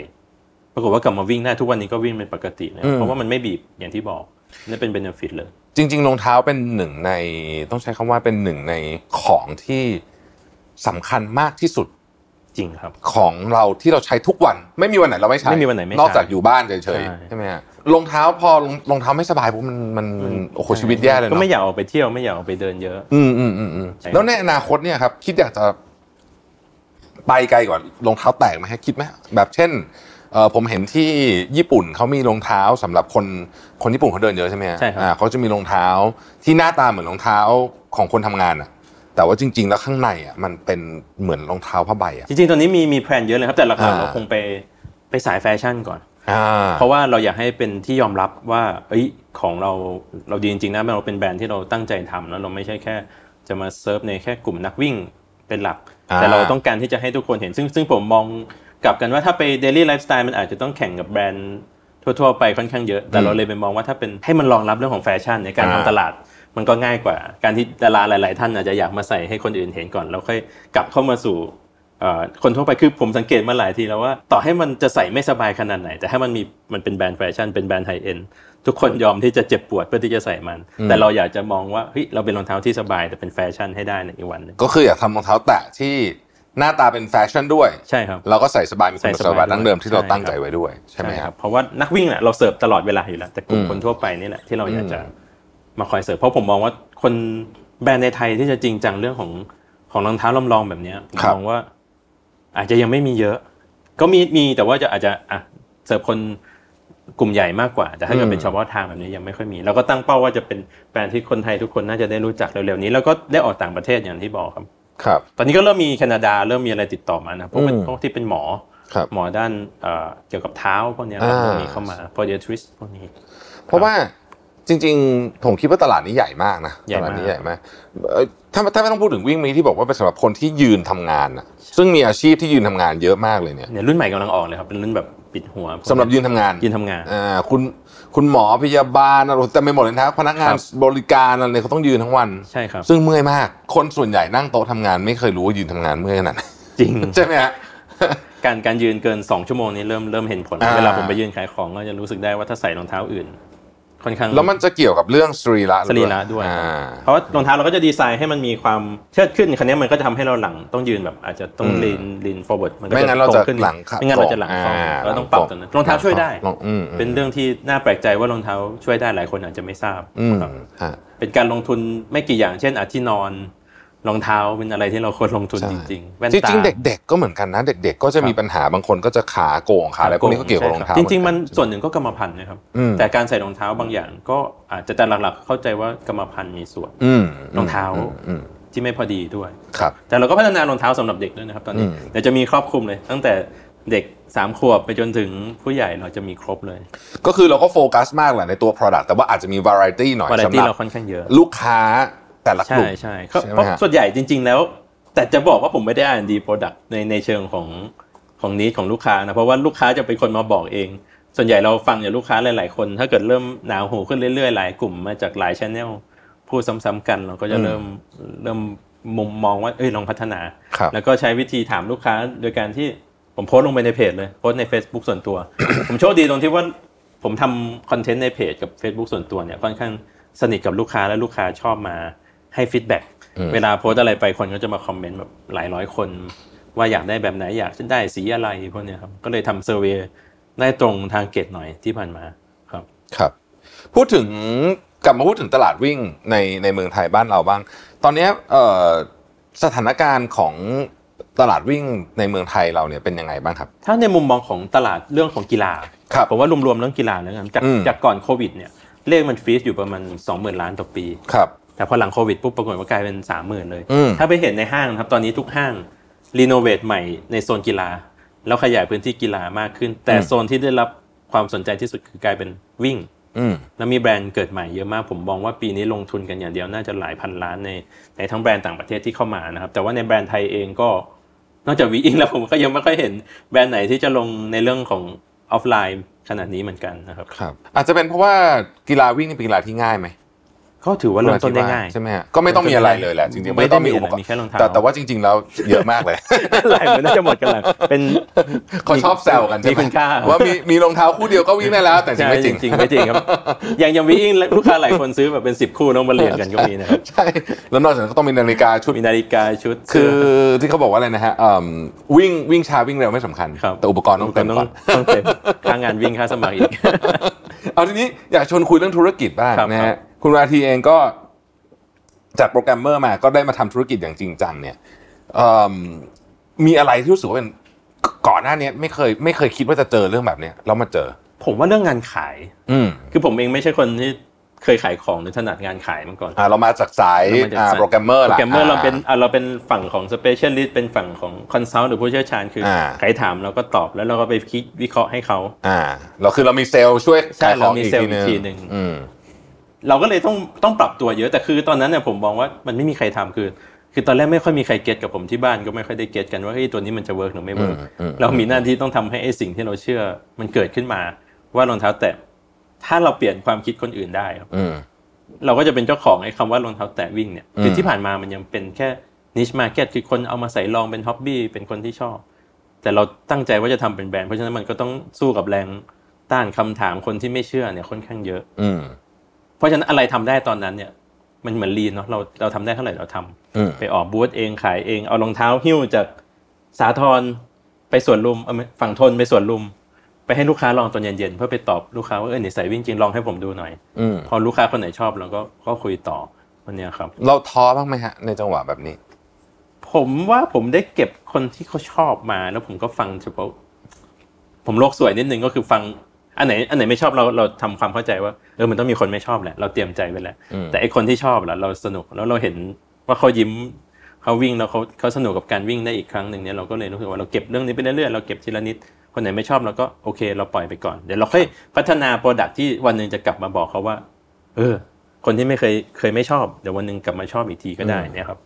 B: ปรากฏว่ากลับมาวิ่งได้ทุกวันนี้ก็วิ่งเป็นปกติเลยเพราะว่ามันไม่บีบอย่างที่บอกนี่เป็นเบนฟิตเลย
A: จริง ๆ รองเท้าเป็นหนึ่งใน ต้องใช้คำว่าเป็นหนึ่งในของที่สำคัญมากที่สุด
B: จริงครับ
A: ของเราที่เราใช้ทุกวัน ไม่มีวันไหนเราไม่ใช้
B: ไม่มีวันไหนไม่ใช้
A: นอกจากอยู่บ้านเฉ
B: ใช่
A: ยๆใช่ไหมฮะรองเท้าพอรองรองเท้าไม่สบายปุ๊บมันมันโอ้โหชีวิตแย่เลย
B: ก็
A: เนาะ
B: ไม่อยากออกไปเที่ยวไม่อยากออกไปเดินเยอะ
A: อืมอืมอืมอืม
B: ใช่ครับ
A: แล้วในอนาคตเนี่ยครับ คิดอยากจะไปไกลกว่อนรองเท้าแตกไหมฮะคิดไหมแบบเช่นเอ่อผมเห็นที่ญี่ปุ่นเขามีรองเท้าสำหรับคนคนญี่ปุ่นเขาเดินเยอะใช่ไหมฮะ
B: ใช่ครับ
A: อ่าเขาจะมีรองเท้าที่หน้าตาเหมือนรองเท้าของคนทำงานอะแต่ว่าจริง ๆ แล้วข้างในอะมันเป็นเหมือนรองเท้าผ้าใบอะ
B: จริงๆ ตอนนี้มีมีแพลนเยอะเลยครับ แต่หลัก
A: อ่า
B: ๆเราคงไปไปสายแฟชั่นก่อน
A: อ่า
B: เพราะว่าเราอยากให้เป็นที่ยอมรับว่าเอ้ยของเราเราดีจริงๆนะเราเป็นแบรนด์ที่เราตั้งใจทำแล้วเราไม่ใช่แค่ จะมาเซิร์ฟในแค่กลุ่มนักวิ่งเป็นหลัก
A: อ่า
B: แต่เราต้องการที่จะให้ทุกคนเห็น ซึ่งซึ่งผมมองกลับกันว่าถ้าไปเดลี่ไลฟ์สไตล์มันอาจจะต้องแข่งกับแบรนด์ทั่วๆไปค่อนข้างเยอะ แต่เราเลยไปมองว่าถ้าเป็นให้มันรองรับเรื่องของแฟชั่นในการทำตลาด มันก็ง่ายกว่า การที่ดาราหลาย ๆ ท่านอาจจะอยากมาใส่ให้คนอื่นเห็นก่อน แล้วค่อยกลับเข้ามาสู่ เอ่อคนทั่วไปคือผมสังเกตมาหลายทีแล้วว่า ต่อให้มันจะใส่ไม่สบายขนาดไหน แต่ถ้ามันมีมันเป็นแบรนด์แฟชั่นเป็นแบรนด์ไฮเอ็นทุกคนยอมที่จะเจ็บปวดเพื่อที่จะใส่มัน
A: อืม
B: แต่เราอยากจะมองว่าเฮ้ยเราเป็นรองเท้าที่สบายแต่เป็นแฟชั่นให้ได้ในอีกวันหนึง
A: ก็คืออยากทำรองเท้าแตะที่หน้าตาเป็นแฟชั่นด้วย
B: ใช่ครับ
A: เราก็ใส่สบายมีคุณสมบัติ
B: ใส่สบาย
A: ดั้งเดิมที่เรา
B: ใช่
A: ตั้งใจไว้ด้วย ใช่ไหมครับ
B: เพราะว่านักวิ่งเนี่ยเราเสิร์ฟตลอดเวลาอยู่แล้ว แต่กลุ่ม
A: อืม
B: คนทั่วไปนี่แหละที่เราอยากจะ
A: อืม
B: มาคอยเสิร์ฟเพราะผมมองว่าคนแบรนด์ในไทยที่จะจริงจังเรื่องของของรองเท้าลำลองแบบเนี้ยผมมองว่า อาจจะยังไม่มีเยอะ ก็มีมีแต่ว่าจะอาจจะอ่ะเสิร์ฟคนกลุ่มใหญ่มากกว่า แต่ถ้าเกิดเป็นเฉพาะทางแบบนี้ยังไม่ค่อยมีเราก็ตั้งเป้าว่าจะเป็นแบรนด์ที่คนไทยทุกคนน่าจะได้รู้จักเร็วๆนี้ แล้วก็ได้ออกต่างประเทศอย่างที่บอกครับ
A: ครับ
B: ตอนนี้ก็เริ่มมีแคนาดาเริ่มมีอะไรติดต่อมานะพวกเป็น
A: อืม
B: พวกที่เป็นหมอ
A: ครับ
B: หมอด้านเอ่อเกี่ยวกับเท้าพวกเนี้ย
A: อ่า
B: พวกนี้เข้ามาพอเดียทริสพวกนี้
A: เพราะว่าจริงๆ ผมคิดว่าตลาดนี้ใหญ่มากนะ
B: ใหญ่
A: ต
B: มาก
A: ลาดนี้ใหญ่มากเอ่อถ้าถ้าไม่ต้องพูดถึงวิ่งมีที่บอกว่าเป็นสำหรับคนที่ยืนทำงานนะซึ่งมีอาชีพที่ยืนทำงานเยอะมากเลยเนี่ย
B: เนี่ยรุ่นใหม่กำลังออกเลยครับเป็นรุ่นแบบปิดหัวพวกเนี้ย
A: สำหรับยืนทำงาน
B: ยืนทำงาน
A: อ่าคุณคุณหมอพยาบาลอะไรแต่ไม่หมดเลยนะครับพนักงาน
B: ครับ
A: บริการอะไรเนี่ยเขาต้องยืนทั้งวัน
B: ใช่ครับ
A: ซึ่งเมื่อยมาก คนส่วนใหญ่นั่งโต๊ะทำงานไม่เคยรู้ว่ายืนทำงานเมื่อยขนาดไหน
B: จริง
A: ใช่ไหมฮะ
B: การการยืนเกิน 2 ชั่วโมงนี้เริ่มเริ่มเห็นผล
A: อ่า
B: เวลาผมไปยืนขายของก็จะรู้สึกได้ว่าถ้าใส่รองเท้าอื่น ค่อนข้าง
A: แล้วมันจะเกี่ยวกับเรื่องสรีระ
B: สรีระด้วย
A: อ่า
B: เพราะว่ารองเท้าเราก็จะดีไซน์ให้มันมีความเชิดขึ้นคันนี้ยมันก็จะทำให้เราหลังต้องยืนแบบอาจจะต้อง
A: อืม
B: ลีนลีนฟอร์เวิร์ดมันก็
A: ไม่งั้นเราจะ
B: ตขึ้
A: หลัง
B: ไม่งั้นเราจะหลังคล่อมเราต้องปรับตัวนั้นรองเท้าช่วยได้ เป็น
A: เรื่อง
B: เรื่องที่น่าแปลกใจว่ารองเท้าช่วยได้หลายคนอาจจะไม่ทราบ
A: อืม
B: ครับ
A: ฮะ
B: เป็นการลงทุนไม่กี่อย่าง เช่นอาที่นอนรองเท้าเป็นอะไรที่เราควรลงทุน
A: ใช่
B: จริงๆแว่น
A: จ
B: ตา
A: ริงๆเด็ก ๆ ก็เหมือนกันนะ เด็ก ๆ ก็จะมีปัญหาบางคนก็จะขาโก่งขาอะไรพวกนี้ก็เกี่ยวกับรองเท้า
B: จริงๆ
A: เห
B: มัน
A: กั
B: ส่วนหนึ่งก็กรรมพันธุ์นะครับ
A: อืม
B: แต่การใส่รองเท้าบางอย่างก็อาจจะแต่หลักๆ เข้าใจว่ากรรมพันธุ์มีส่วน
A: อืม
B: รองเท้า
A: มอืม
B: ที่ไม่พอดีด้วย
A: ครับ
B: แต่เราก็พัฒนารองเท้าสำหรับเด็กด้วยนะครับตอนนี้
A: อืม
B: เดี๋ยวจะมีครอบคลุมเลย ตั้งแต่เด็กสามขวบไปจนถึงผู้ใหญ่เราจะมีครบเลย
A: ก็คือเราก็โฟกัสมากแหละในตัว Product แต่ว่าอาจจะมี variety หน่อยว
B: าไร
A: สำห
B: ตี้
A: รับ
B: เราค่อนข้างเยอะ
A: ลูกค้าแต่ละก
B: ใช่
A: ลุ่ม
B: ใช่
A: ใช่ไหม
B: เพราะ
A: ฮะ
B: ส่วนใหญ่จริง ๆ แล้ว แต่จะบอกว่าผมไม่ได้อ่านดีโปรดักต์ในในเชิงของของนี้ของลูกค้านะเพราะว่าลูกค้าจะเป็นคนมาบอกเอง ส่วนใหญ่เราฟังจากลูกค้าหลาย ๆ คน ถ้าเกิดเริ่มหนาวหูขึ้นเรื่อย ๆ หลายกลุ่มมาจากหลายชแนลพูดซ้ำๆกันเราก็จะ
A: อืม
B: เริ่มเริ่มมุมมองว่าเอ้ยลองพัฒนา
A: ครับ
B: แล้วก็ใช้วิธีถามลูกค้าโดยการที่ผมโพสต์ลงไปในเพจเลยโพสต์ใน Facebook ส่วนตัว ผมโชคดีตรงที่ว่า ผมทำคอนเทนต์ในเพจกับ Facebook ส่วนตัวเนี่ยค่อนข้างสนิทกับลูกค้าและลูกค้าชอบมาให้ฟีดแบ็ก
A: อืม
B: เวลาโพสต์อะไรไปคนก็จะมาคอมเมนต์แบบหลายร้อยคน ว่าอยากได้แบบไหนอยากจะได้สีอะไรพวกเนี้ยครับก็เลยทำเซอร์เวยได้ตรงทางเกตหน่อยที่ผ่านมาครับ
A: ครับ พูดถึงกลับมาพูดถึงตลาดวิ่งในในเมืองไทยบ้านเราบ้าง ตอนเนี้ยเอ่อสถานการณ์ของตลาดวิ่งในเมืองไทยเราเนี่ยเป็นยังไงบ้างครับ
B: ถ้าในมุมมองของตลาดเรื่องของกีฬา
A: ครับ
B: ผมว่ารวมๆเรื่องกีฬาแล้วกันจาก
A: อืม
B: จากก่อนโควิดเนี่ยเลขมันฟรีซอยู่ประมาณ20,000ล้านต่อปี
A: ครับ
B: แต่พอหลังโควิดปุ๊บปรากฏว่ากลายเป็นสามหมื่นเลย
A: อืม
B: ถ้าไปเห็นในห้างนะครับ ตอนนี้ทุกห้างรีโนเวทใหม่ในโซนกีฬา แล้วขยายพื้นที่กีฬามากขึ้น แต่โซนที่ได้รับความสนใจที่สุดคือกลายเป็นวิ่ง
A: อืม
B: แล้วมีแบรนด์เกิดใหม่เยอะมาก ผมมองว่าปีนี้ลงทุนกันอย่างเดียวน่าจะหลายพันล้านในในทั้งแบรนด์ต่างประเทศที่เข้ามานะครับ แต่ว่าในแบรนด์ไทยเองก็ นอกจากวีอิงแล้วผมก็ยังไม่ค่อยเห็นแบรนด์ไหนที่จะลงในเรื่องของออฟไลน์ขนาดนี้เหมือนกันนะครับ
A: ครับอาจจะเป็นเพราะว่ากีฬาวิ่งนี่เป็นกีฬาที่ง่ายไหม
B: ก็ถือว่าเริ่มต้นได้ง่าย
A: ใช่ไหมฮะก็ไม่ต้องมีอะไรเลยแหละจริงๆ
B: ไม่ได้
A: ต้อง
B: มีอะไร
A: ปกรณ์
B: มีแค่รองเท้า
A: แต่แต่ว่าจริง ๆ แล้วเยอะมากเลย
B: หลายเหมือนน่าจะหมดกันแล้วเป็น
A: เขาชอบแซวกันใช่ไห
B: มีคุณค่า
A: ว่ามีมีรองเท้าคู่เดียวก็วิ่งได้แล้ว แต่จริงไม่จริง
B: ใช่จริงๆไม่จริงครับ อย่างอย่างวิ่งลูกค้าหลายคนซื้อแบบเป็น 10 คู่น้องมาเรียนกันก็มีนะครับ
A: ใช่แล้วนอกจากนั้นก็ต้องมีนาฬิกาชุด
B: มีนาฬิกาชุด
A: คื
B: เสื้
A: อที่เขาบอกว่าอะไรนะฮะเอิ่มวิ่งวิ่งช้าวิ่งเร็วไม่สำคัญ
B: ครับ
A: แต่อุปกรณ์ต้องเต็มก่อน
B: ต้องเต็มค่างานวิ่งค่าสมั ครอีก
A: เอาทีนี้อยากชวนคุยเรื่องธุรกิจบ้าง
B: ครับ
A: นะ
B: ครั
A: ฮะ
B: บ
A: คุณราทีเองก็จากโปรแกรมเมอร์มาก็ได้มาทำธุรกิจอย่างจริงจังเนี่ยเอิ่มมีอะไรที่รู้สึกว่าเป็นก่อนหน้านี้ไม่เคยไม่เคยคิดว่าจะเจอเรื่องแบบเนี้ยแล้วมาเจอ
B: ผมว่าเรื่องงานขาย
A: อืม
B: คือผมเองไม่ใช่คนที่เคยขายของหรือถนัดงานขายมาก่อน
A: อ่าเรามาจากสาย
B: เรามาจาก
A: อ่า
B: สาย
A: โปรแกรมเมอร์
B: โปร
A: ล่ะ
B: แกรมเมอร์เรา
A: อ่
B: เป็นอ่ะเราเป็นฝั่งของสเปเชียลิสต์เป็นฝั่งของคอนซัลท์หรือผู้เชี่ยวชาญคืออา ใครถามเราก็ตอบแล้วเราก็ไปคิดวิเคราะห์ให้เขา
A: อ่า เราคือเรามีเซลล์ช่วย
B: ใช่
A: ขายข
B: เรา
A: อง
B: มี
A: อีก
B: เซลล์
A: ที
B: อีกทีห
A: ห
B: นึ่
A: นึ่
B: ง
A: งอืม
B: เราก็เลยต้องต้องปรับตัวเยอะแต่คือตอนนั้นเนี่ยผมมองว่ามันไม่มีใครทำคือ คือตอนแรกไม่ค่อยมีใครเก็ตกับผมที่บ้านก็ไม่ค่อยได้เก็ตกันว่าเฮ้ยตัวนี้มันจะเวิร์กหรือไม่เวิร์ก
A: อืมอืม
B: เรามีหน้าที่ต้องทำให้ไอ้สิ่งที่เราเชื่อมันเกิดขึ้นมา ว่ารองเท้าแตะถ้าเราเปลี่ยนความคิดคนอื่นได้ครับ
A: อืม
B: เราก็จะเป็นเจ้าของไอ้คำว่ารองเท้าแตะวิ่งเนี่ยคืออ
A: ม
B: ที่ผ่านมามันยังเป็นแค่ นิชมาร์เก็ตคือคนเอามาใส่ลองเป็นฮ็อบบี้เป็นคนที่ชอบ แต่เราตั้งใจว่าจะทำเป็นแบรนด์เพราะฉะนั้นมันก็ต้องสู้กับแรงต้านคำถามคนที่ไม่เชื่อเนี่ยค่อนข้างเยอะ
A: อืม
B: เพราะฉะนั้นอะไรทำได้ตอนนั้นเนี่ย มันเหมือนลีนเนาะเราเราทำได้เท่าไหร่เราทำ
A: อืม
B: ไปออกบูธเองขายเองเอารองเท้าหิ้วจากสาทรไปสวนลุมเอ้ยไม่ฝั่งทนไปสวนลุม ไปให้ลูกค้าลองตอนเย็นๆเพื่อไปตอบลูกค้าว่าเออนี่ใส่วิ่งจริงลองให้ผมดูหน่อย
A: อืม
B: พอลูกค้าคนไหนชอบเราก็ก็คุยต่อวันเนี้ยครับ
A: เราท้อบ้างไหมฮะ ในจังหวะแบบนี้
B: ผมว่าผมได้เก็บคนที่เขาชอบมาแล้วผมก็ฟังเฉพาะผมโลกสวยนิดนึงก็คือฟัง อันไหน อันไหนไม่ชอบเราเราทำความเข้าใจว่าเออมันต้องมีคนไม่ชอบแหละเราเตรียมใจไว้แล้ว
A: อืม
B: แต่ไอคนที่ชอบล่ะเราสนุกแล้วเราเห็นว่าเขายิ้มเขาวิ่งแล้วเขาเขาสนุกกับการวิ่งได้อีกครั้งหนึ่งเนี่ยเราก็เลยรู้สึกว่าเราเก็บเรื่องนี้ไปเรื่อยๆเราเก็บทีละนิดคนไหนไม่ชอบเราก็โอเค เราปล่อยไปก่อนเดี๋ยวเราค่อยพัฒนาโปรดักที่วันหนึ่งจะกลับมาบอกเขาว่า เออ คนที่ไม่เคยเคยไม่ชอบเดี๋ยววันหนึ่งกลับมาชอบอีกทีก็ได้เนี่ยครับ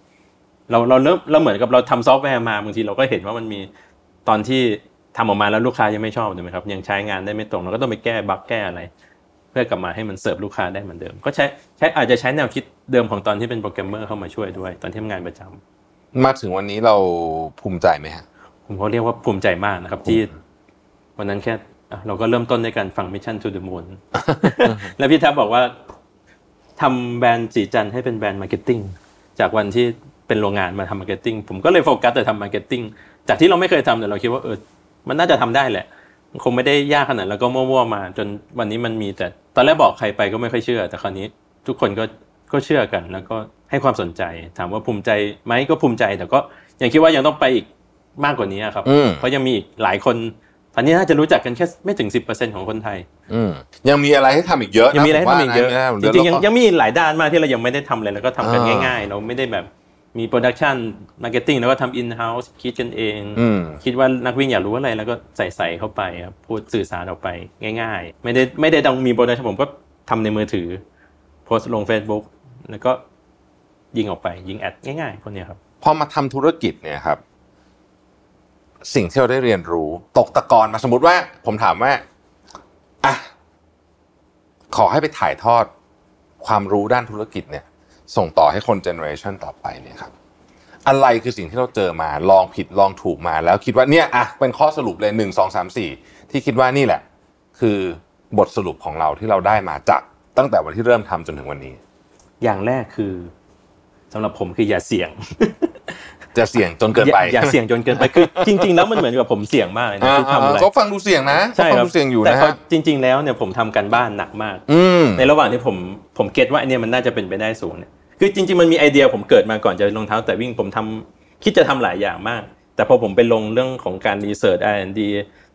B: เราเราเริ่มเราเหมือนกับเราทำซอฟต์แวร์มาบางทีเราก็เห็นว่ามันมีตอนที่ทำออกมาแล้วลูกค้ายังไม่ชอบถูกไหมครับ ยังใช้งานได้ไม่ตรงเราก็ต้องไปแก้บั๊กแก้อะไร เพื่อกลับมาให้มันเสิร์ฟลูกค้าได้เหมือนเดิม ก็ใช้ใช้อาจจะใช้แนวคิดเดิมของตอนที่เป็นโปรแกรมเมอร์เข้ามาช่วยด้วย ตอนที่ทำงานประจำ
A: มาถึงวันนี้เราภูมิใจไหมฮะ
B: ผมก็เรียกว่าภูมิใจมากนะครับ ที่วันนั้นแค่อ่ะเราก็เริ่มต้นในการฟัง Mission to the Moon แล้วพี่ทับบอกว่าทำแบรนด์จีจันทร์ให้เป็นแบรนด์มาร์เก็ตติ้งจากวันที่เป็นโรงงานมาทำมาร์เก็ตติ้งผมก็เลยโฟกัสแต่ทำมาร์เก็ตติ้งจากที่เราไม่เคยทำแต่เราคิดว่าเออมันน่าจะทำได้แหละ คงไม่ได้ยากขนาดแล้วก็มั่วๆมา จนวันนี้มันมีแต่ตอนแรกบอกใครไปก็ไม่ค่อยเชื่อ แต่คราวนี้ทุกคนก็ก็เชื่อกัน แล้วก็ให้ความสนใจ ถามว่าภูมิใจไหมก็ภูมิใจ แต่ก็ยังคิดว่ายังต้องไปอีกมากกว่านี้ครับ
A: อืม
B: เพราะยังมีอีกหลายคนตอนนี้น่าจะรู้จักกันแค่ไม่ถึง10%ของคนไทย
A: อืมยังมีอะไรให้ทำอีกเยอะน
B: ยังมีอะไรให้
A: ผว่า
B: ทำอีกเยอะ
A: น
B: จ
A: แล้ว
B: ริงๆยัง
A: ก็
B: ยังมีหลายด้านมากที่เรายังไม่ได้ทำเลยแล้วก็ทำกัน
A: อ่า
B: ง่ายๆ เราไม่ได้แบบมีโปรดักชันมาร์เก็ตติ้งแล้วก็ทำอินเฮ้าส์คิดกันเอง
A: อืม
B: คิดว่านักวิ่งอยากรู้อะไรแล้วก็ใส่ใส่เข้าไปครับพูดสื่อสารออกไปง่ายๆ ไม่ได้ไม่ได้ต้องมีโปรดักชันผมก็ทำในมือถือ โพสต์ลง Facebook แล้วก็ยิงออกไปยิงแอดง่ายๆพวกเนี้ยครับ
A: พอมาทำธุรกิจเนี่ยครับ สิ่งที่เราได้เรียนรู้ตกตะกอนมาสมมติว่า ผมถามว่าอ่ะขอให้ไปถ่ายทอดความรู้ด้านธุรกิจเนี่ย ส่งต่อให้คนเจเนอเรชันต่อไปเนี่ยครับ อะไรคือสิ่งที่เราเจอมา ลองผิดลองถูกมา แล้วคิดว่าเนี่ยอ่ะเป็นข้อสรุปเลยหนึ่งสองสามสี่ที่คิดว่านี่แหละ คือบทสรุปของเราที่เราได้มาจากตั้งแต่วันที่เริ่มทำจนถึงวันนี้
B: อย่างแรกคือสำหรับผมคืออย่าเสี่ยง
A: จะเสี่ยงจนเกินไป
B: อย่าอย่าเสี่ยงจนเกินไปคือจริง ๆ แล้วมันเหมือนกับผมเสี่ยงมากเลยนะ
A: อ่า
B: ที่ทำอะไร
A: ๆๆก็ฟังดูเสี่ยงนะก็
B: ใช่
A: ฟั
B: ครับ
A: ดูเสี่ยงอยู่
B: แต่
A: นะ
B: ก็
A: ฮะ
B: จริง ๆ แล้วเนี่ยผมทำการบ้านหนักมาก
A: อืม
B: ในระหว่างที่ผมผมเก็ตว่าไอเนี่ยมันน่าจะเป็นไปได้สูงเนี่ยคือจริง ๆ มันมีไอเดียผมเกิดมาก่อนจะรองเท้าแต่วิ่งผมทำคิดจะทำหลายอย่างมาก แต่พอผมไปลงเรื่องของการรีเสิร์ช R&D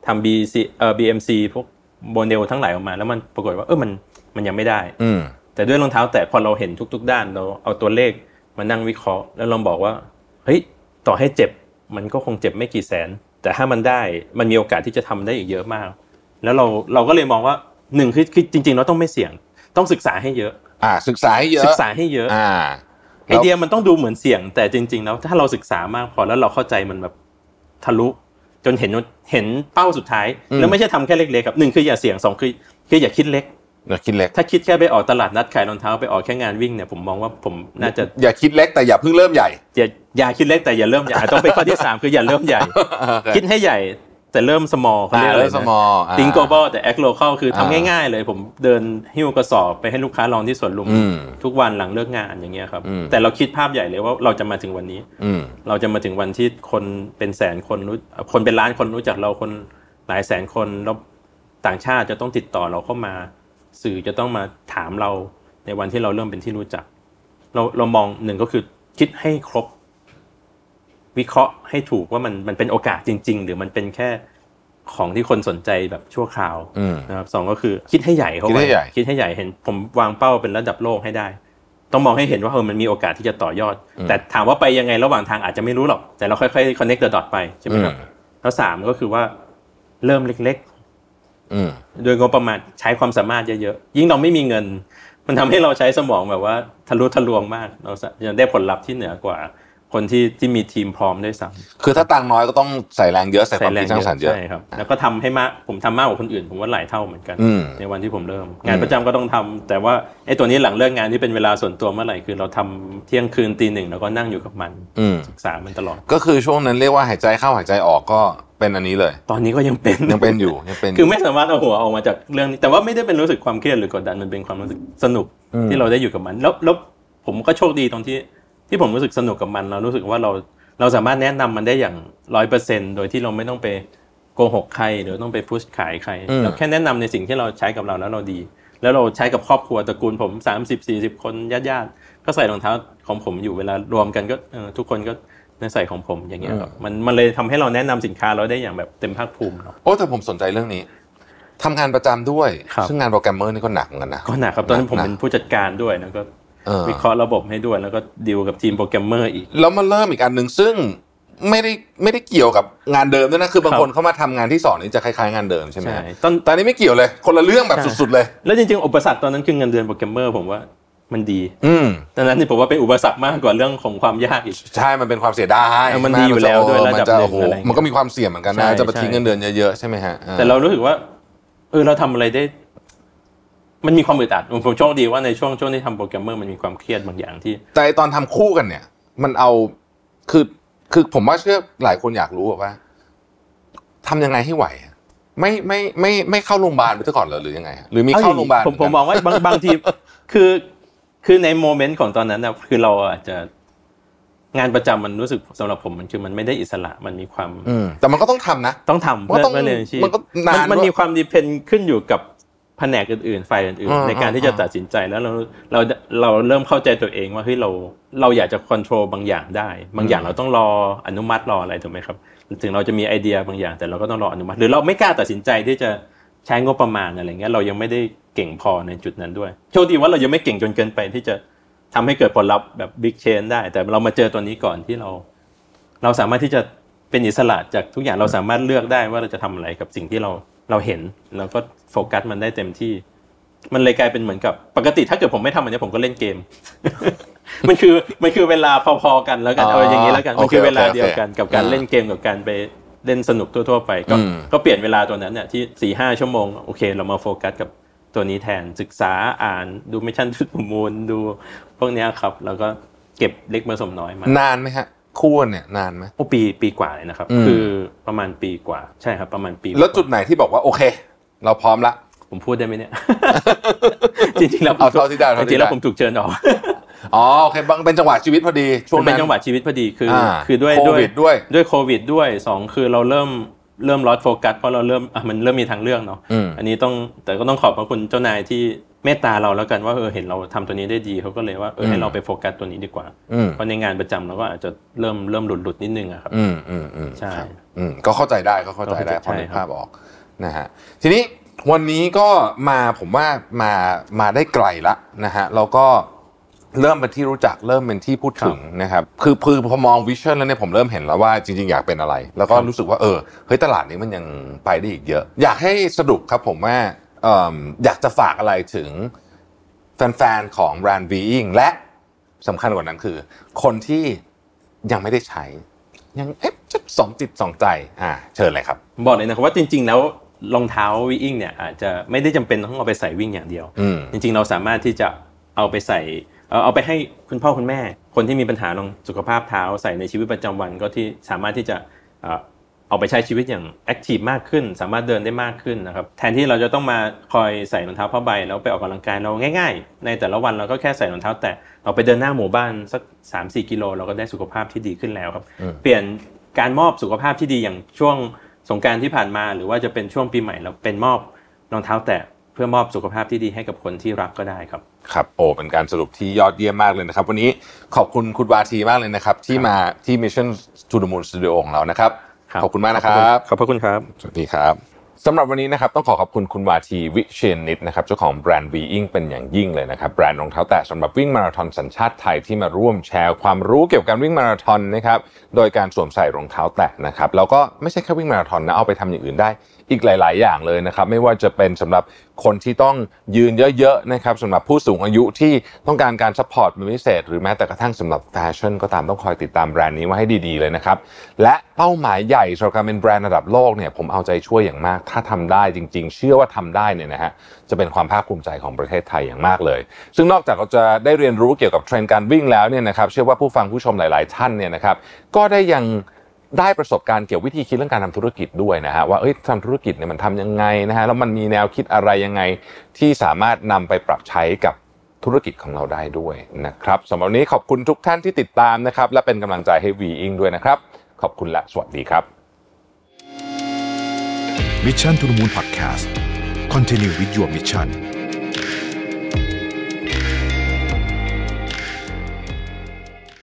B: ทำ BC เอ่อ BMC พวกโมเดลทั้งหลายออกมา แล้วมันปรากฏว่าเออมันมันยังไม่ได้
A: อืม
B: แต่ด้วยรองเท้าแตะพอเราเห็นทุก ๆ ด้านเราเอาตัวเลขมานั่งวิเคราะห์ แล้วลองบอกว่าเฮ้ยต่อให้เจ็บมันก็คงเจ็บไม่กี่แสน แต่ถ้ามันได้มันมีโอกาสที่จะทำได้อีกเยอะมาก แล้วเราเราก็เลยมองว่าหนึ่งคือคือจริง ๆ เราต้องไม่เสี่ยง ต้องศึกษาให้เยอะ
A: อ่า ศึกษาให้เยอะ
B: ศึกษาให้เยอะ
A: อ่า
B: ไอเดียมันต้องดูเหมือนเสี่ยง แต่จริง ๆ แล้วถ้าเราศึกษามากพอแล้วเราเข้าใจมันแบบทะลุ จนเห็นเห็นเป้าสุดท้ายแล้วไม่ใช่ทำแค่เล็กๆครับหนึ่งคืออย่าเสี่ยงสองคือคืออย่าคิดเล็ก
A: อย่าคิดเล็ก
B: ถ้าคิดแค่ไปออกตลาดนัดขายรองเท้าไปออกแค่งานวิ่งเนี่ยผมมองว่าผมน่าจะ
A: อย่าคิดเล็กแต่อย่าเพิ่งเริ่มใหญ่
B: อย่าอย่าคิดเล็กแต่อย่าเริ่มใหญ่ ต้องไปข้อที่ 3 คืออย่าเริ่มใหญ่ คิดให้ใหญ่แต่เริ่ม small เขา
A: อ่า
B: เรียกอะไร
A: เริ่ม small อ่า
B: ติงโกบอลแต่ act local คือทำ
A: อ่า
B: ง่ายๆเลย ผมเดินหิ้วกระสอบไปให้ลูกค้าลองที่สวนลุม
A: อืม
B: ทุกวันหลังเลิกงานอย่างเงี้ยครับ
A: อืม
B: แต่เราคิดภาพใหญ่เลยว่าเราจะมาถึงวันนี้
A: อืม
B: เราจะมาถึงวันที่คนเป็นแสนคนรู้คนเป็นล้านคนรู้จักเราคนหลายแสนคนแล้วต่างชาติจะต้องติดต่อเราเข้ามา สื่อจะต้องมาถามเราในวันที่เราเริ่มเป็นที่รู้จัก เราเรามองหนึ่งก็คือคิดให้ครบ วิเคราะห์ให้ถูกว่ามันมันเป็นโอกาสจริง ๆ หรือมันเป็นแค่ของที่คนสนใจแบบชั่วคราว
A: อืม
B: นะครับสองก็คือคิดให้ใหญ่เขา
A: คิดให้ใหญ่
B: คิดให้ใหญ่เห็น ผมวางเป้าเป็นระดับโลกให้ได้ ต้องมองให้เห็นว่าเออมันมีโอกาสที่จะต่อยอด แต่ถามว่าไปยังไงระหว่างทางอาจจะไม่รู้หรอก แต่เราค่อยๆ connect the dot ไปใช่ไหมครับ
A: อืม
B: แล้วสามก็คือว่าเริ่มเล็ก
A: อืม
B: ๆ โดยงบประมาณใช้ความสามารถเยอะๆ ยิ่งเราไม่มีเงิน มันทำให้เราใช้สมองแบบว่าทะลุทะลวงมาก เราจะได้ผลลัพธ์ที่เหนือกว่า คนที่ที่มีทีมพร้อมด้วยซ้ำ
A: คือถ้าตังค์น้อยก็ต้องใส่แรงเยอะใส่ความคิดสร้างสรรค์เยอะ
B: ใช่ครับแล้วก็ทำให้มากผมทำมากกว่าคนอื่น ผมว่าหลายเท่าเหมือนกัน
A: อืม
B: ในวันที่ผมเริ่ม งานประจำก็ต้องทำแต่ว่าไอ้ตัวนี้หลังเลิกงานที่เป็นเวลาส่วนตัวเมื่อไหร่คือเราทำเที่ยงคืนตีหนึ่งแล้วก็นั่งอยู่กับมัน
A: อืม
B: ศึกษามันตลอด
A: ก็คือช่วงนั้นเรียกว่าหายใจเข้าหายใจออกก็เป็นอันนี้เลย
B: ตอนนี้ก็ยังเป็น
A: ยังเป็นอยู่ยังเป็นยู่
B: คือไม่สามารถเอาหัวออกมาจากเรื่องนี้แต่ว่าไม่ได้เป็นรู้สึกความเครียดหรือกดดันมันเป็นความรู้สึกสนุก
A: อืม
B: ที่เราได้อยู่กับมัน แล้วแล้วผมก็โชคดีตรงที่ที่ผมรู้สึกสนุกกับมันเรารู้สึกว่าเราเราสามารถแนะนำมันได้อย่างร้อยเปอร์เซนโดยที่เราไม่ต้องไปโกหกใครหรือต้องไปพุชขายใคร
A: อืม
B: เราแค่แนะนำในสิ่งที่เราใช้กับเราแล้วเราดี แล้วเราใช้กับครอบครัวตระกูลผม 30 40 คนญาติญาติๆก็ใส่รองเท้าของผมอยู่เวลารวมกันก็เออทุกคนก็ใส่ของผมอย่างเงี้ยครับมันมันเลยทำให้เราแนะนำสินค้าเราได้อย่างแบบเต็มภาคภูมิเนาะ
A: โอ้แต่ผมสนใจเรื่องนี้ทำงานประจำด้วย
B: ครับ
A: ซึ่งงานโปรแกรมเมอร์นี่ก็หนักเหมือนกันนะ
B: ก็หนักครับตอนนั้นผ
A: ห
B: ม
A: นัก
B: เป็นผู้จัดการด้วยแล้วก็
A: เออ
B: วิเคราะห์ระบบให้ด้วย แล้วก็ดีลกับทีมโปรแกรมเมอร์อีก
A: แล้วมาเริ่มอีกอันหนึ่งซึ่งไม่ได้ไม่ได้เกี่ยวกับงานเดิมด้วยนะคือบาง
B: ครับ
A: คนเข้ามาทำงานที่สอนนี่จะคล้ายๆงานเดิมใช่ไหม
B: ใช่ตอน
A: แต่อันนี้ไม่เกี่ยวเลย คนละเรื่องแบบสุดๆเลย
B: แล้วจริงๆอุปสรรคตอนนั้นคือเงินเดือนโปรแกรมเมอร์ผมว่ามันดี
A: อืม
B: ตอนนั้นนี่ผมว่าเป็นอุปสรรคมากกว่าเรื่องของความยากอีก
A: ใช่มันเป็นความเสียดาย
B: เออมัน
A: ใช่ไห
B: ดีอยู่แล้วด้วย
A: มั
B: ระดับ
A: จะ
B: หนึ่ง
A: โอ้โห
B: อะไรอย่างเงี้ย
A: มันก็มีความเสี่ยงเหมือนกันนะ
B: ใช่
A: จะไปทิ้ง
B: ใช่
A: เงินเดือนเยอะๆใช่ไหมฮะออ
B: แต่เรารู้สึกว่าเออเราทำอะไรได้ มันมีความอึดอัดผมผมโชคดีว่าในช่วงช่วงที่ทำโปรแกรมเมอร์มันมีความเครียดบางอย่างที่
A: แต่ไอ้ตอนทำคู่กันเนี่ย มันเอาคือคือผมว่าเชื่อหลายคนอยากรู้อะว่าทำยังไงให้ไหวอะไม่ไม่ไม่ไม่เข้าโรงพยาบาลไปซะก่อนเหรอหรือยังไงฮะหรือมีเข้าโรงพยาบาล
B: ผมผมมองว่าบางบางที คือคือในโมเมนต์ของตอนนั้นนะคือเราอาจจะงานประจำมันรู้สึกสำหรับผมมันคือมันไม่ได้อิสระมันมีความ
A: อืมแต่มันก็ต้องทำนะ
B: ต้องทำเพื่
A: ก็
B: อ
A: ต้อง
B: เพื่อเรียนอาชีพ
A: มันก็นาน
B: มันมัน
A: ด้วย
B: มีความดิเพนขึ้นอยู่กับแผนกอื่นๆฝ่ายอื่น
A: อ่า
B: ๆ ในการที่จะ
A: อ่า
B: ตัดสินใจแล้วเราเราเราเริ่มเข้าใจตัวเองว่าเฮ้ยเราเราอยากจะควบคุมบางอย่างได้ บางอย่างเราต้องรออนุมัติรออะไรถูกไหมครับ ถึงเราจะมีไอเดียบางอย่าง แต่เราก็ต้องรออนุมัติ หรือเราไม่กล้าตัดสินใจที่จะใช้งบประมาณอะไรเงี้ยเรายังไม่ได้เก่งพอในจุดนั้นด้วยโชคดีว่าเรายังไม่เก่งจนเกินไปที่จะทำให้เกิดผลลัพธ์แบบบิ๊กเชนได้ แต่เรามาเจอตัวนี้ก่อนที่เรา เราสามารถที่จะเป็นอิสระจากทุกอย่างเราสามารถเลือกได้ว่าเราจะทำอะไรกับสิ่งที่เราเราเห็นแล้วก็โฟกัสมันได้เต็มที่ มันเลยกลายเป็นเหมือนกับปกติถ้าเกิดผมไม่ทำอันเนี้ยผมก็เล่นเกม มันคือมันคือเวลาพอๆกันแล้วกันเอาอย่างนี้แล้วกัน
A: อ๋อ
B: มันคือ
A: โอเค
B: เวลา
A: โอเค
B: เดียวกันกับการ
A: อ่า
B: เล่นเกมกับการไปเล่นสนุกทั่วๆไป ก็
A: อืม
B: ก็เปลี่ยนเวลาตัวนั้นเนี่ยที่สี่ห้าชั่วโมงโอเค เรามาโฟกัสกับตัวนี้แทนศึกษาอ่านดูมิชชั่นทุดมูลดูพวกเนี้ยครับ แล้วก็เก็บเล็กผสมน้อยมา
A: นานไหมฮะ คู่กันเนี่ยนานไหม
B: โอ้ปีปีกว่าเลยนะครับ
A: อืม
B: คือประมาณปีกว่า ใช่ครับ ประมาณปีกา
A: แล้วจุดไหนที่บอกว่าโอเค เราพร้อมละ
B: ผมพูดได้ไหมเนี่ย จริงๆแล้วผม
A: เอาเท่าที่ได้เท่าที่ได้
B: จริงๆแล้วผมถูกเชิญออก
A: อ๋อโอเคบางเป็นจังหวะชีวิตพอดี ช่วง
B: เป็น
A: นั้น
B: จังหวะชีวิตพอดีคืออา คือด้วย
A: โค
B: ด้วย
A: วิดด้วย
B: ด้วยโควิดด้วยสองคือเราเริ่มเริ่มลอดโฟกัสเพราะเราเริ่มอ่ะมันเริ่มมีทางเลือกเนาะ
A: อืม
B: อันนี้ต้องแต่ก็ต้องขอบพระคุณเจ้านายที่เมตตาเราแล้วกันว่าเออเห็นเราทำตัวนี้ได้ดีเขาก็เลยว่าเออให้เราไปโฟกัสตัวนี้ดีกว่า
A: อืม
B: เพราะในงานประจำเราก็อาจจะเริ่มเริ่มหลุดหลุดๆนิดนึงอะครับ
A: อืมอืมอืม
B: ใช่
A: ครับอืมก็เข้าใจได้ก็เข้าใจได้
B: ก็
A: พ
B: เข้าใจ
A: อนึก
B: ใช่ครั
A: ภา
B: บ
A: พออกนะฮะทีนี้วันนี้ก็มาผมว่ามามาได้ไกลละนะฮะแล้วก็เริ่มเป็นที่รู้จักเริ่มเป็นที่พูดถึงนะครับคือคือพอมองวิชั่นแล้วเนี่ยผมเริ่มเห็นแล้วว่าจริง ๆ อยากเป็นอะไร แล้วก็รู้สึกว่าเออเฮ้ยตลาดนี้มันยังไปได้อีกเยอะ อยากให้สรุปครับผมว่าเอิ่มอยากจะฝากอะไรถึง แฟนๆ ของแบรนด์วีอิงและสำคัญกว่านั้นคือ คนที่ยังไม่ได้ใช้ ยังเอ๊ะจะสองจิตสองใจ อ่า เชิญเลยครับ
B: บอกเลยนะครับว่าจริง ๆ แล้วรองเท้าวิ่งเนี่ยอาจจะไม่ได้จำเป็นต้องเอาไปใส่วิ่งอย่างเดียว
A: อืม
B: จริง ๆ เราสามารถที่จะเอาไปใส่เอ่อเอาไปให้คุณพ่อคุณแม่ คนที่มีปัญหาเรองสุขภาพเท้าใส่ในชีวิตประจำวันก็ที่สามารถที่จะเอ่อเอาไปใช้ชีวิตอย่างแอคทีฟมากขึ้น สามารถเดินได้มากขึ้นนะครับแทนที่เราจะต้องมาคอยใส่รองเท้าผ้าใบแล้วไปออกกำลังกายเราง่าย ๆ ในแต่ละวันเราก็แค่ใส่รองเท้า แต่เราไปเดินหน้าหมู่บ้านสัก 3-4 กิโลเราก็ได้สุขภาพที่ดีขึ้นแล้วครับ
A: อืม
B: เปลี่ยนการมอบสุขภาพที่ดีอย่างช่วงสงกรารที่ผ่านมา หรือว่าจะเป็นช่วงปีใหม่เราเป็นมอบรองเท้าแตะเพื่อมอบสุขภาพที่ดีให้กับคนที่รักก็ได้ครับ
A: ครับโอ้เป็นการสรุปที่ยอดเยี่ยมมากเลยนะครับ วันนี้ขอบคุณคุณวาทีมากเลยนะครับ ที่มาที่ Mission to the Moon Studio ของเรานะครับ ขอบคุณมากนะครับ
B: ขอบพระคุณครับ
A: สวัสดีครับสำหรับวันนี้นะครับต้องขอขอบคุณคุณวาทีวิเชยนนิตนะครับเจ้าของแบรนด์วีอิงเป็นอย่างยิ่งเลยนะครับแบรนด์รองเท้าแตะสำหรับวิ่งมาราธอนสัญชาติไทยที่มาร่วมแชร์ความรู้เกี่ยวกับการวิ่งมาราธอนนะครับโดยการสวมใส่รองเท้าแตะนะครับแล้วก็ไม่ใช่แค่วิ่งมาราธอนนะเอาไปทำอย่างอื่นได้ อีกหลาย ๆ อย่างเลยนะครับไม่ว่าจะเป็นสำหรับ คนที่ต้องยืนเยอะๆนะครับสำหรับผู้สูงอายุที่ต้องการการซัพพอร์ตเป็นพิเศษ หรือแม้แต่กระทั่งสำหรับแฟชั่นก็ตามต้องคอยติดตามแบรนด์นี้ไว้ให้ดี ๆ เลยนะครับ และเป้าหมายใหญ่สำหรับการเป็นแบรนด์ระดับโลกเนี่ยผมเอาใจช่วยอย่างมาก ถ้าทำได้จริง ๆ เชื่อว่าทำได้เนี่ยนะฮะจะเป็นความภาคภูมิใจของประเทศไทยอย่างมากเลย ซึ่งนอกจากเราจะได้เรียนรู้เกี่ยวกับเทรนด์การวิ่งแล้วเนี่ยนะครับเชื่อว่าผู้ฟังผู้ชมหลาย ๆ ท่านเนี่ยนะครับก็ได้ยัง ได้ประสบการณ์เกี่ยววิธีคิดเรื่องการทำธุรกิจด้วยนะฮะว่าเอ้ยทำธุรกิจเนี่ยมันทำยังไงนะฮะแล้วมันมีแนวคิดอะไรยังไงที่สามารถนำไปปรับใช้กับธุรกิจของเราได้ด้วยนะครับสำหรับวันนี้ขอบคุณทุกท่านที่ติดตามนะครับ และเป็นกำลังใจให้วีอิงด้วยนะครับ ขอบคุณและสวัสดีครับ
C: มิชชั่นทุ h มูลพอดแคสต์คอนเทนิววิดีโอมิชชั่น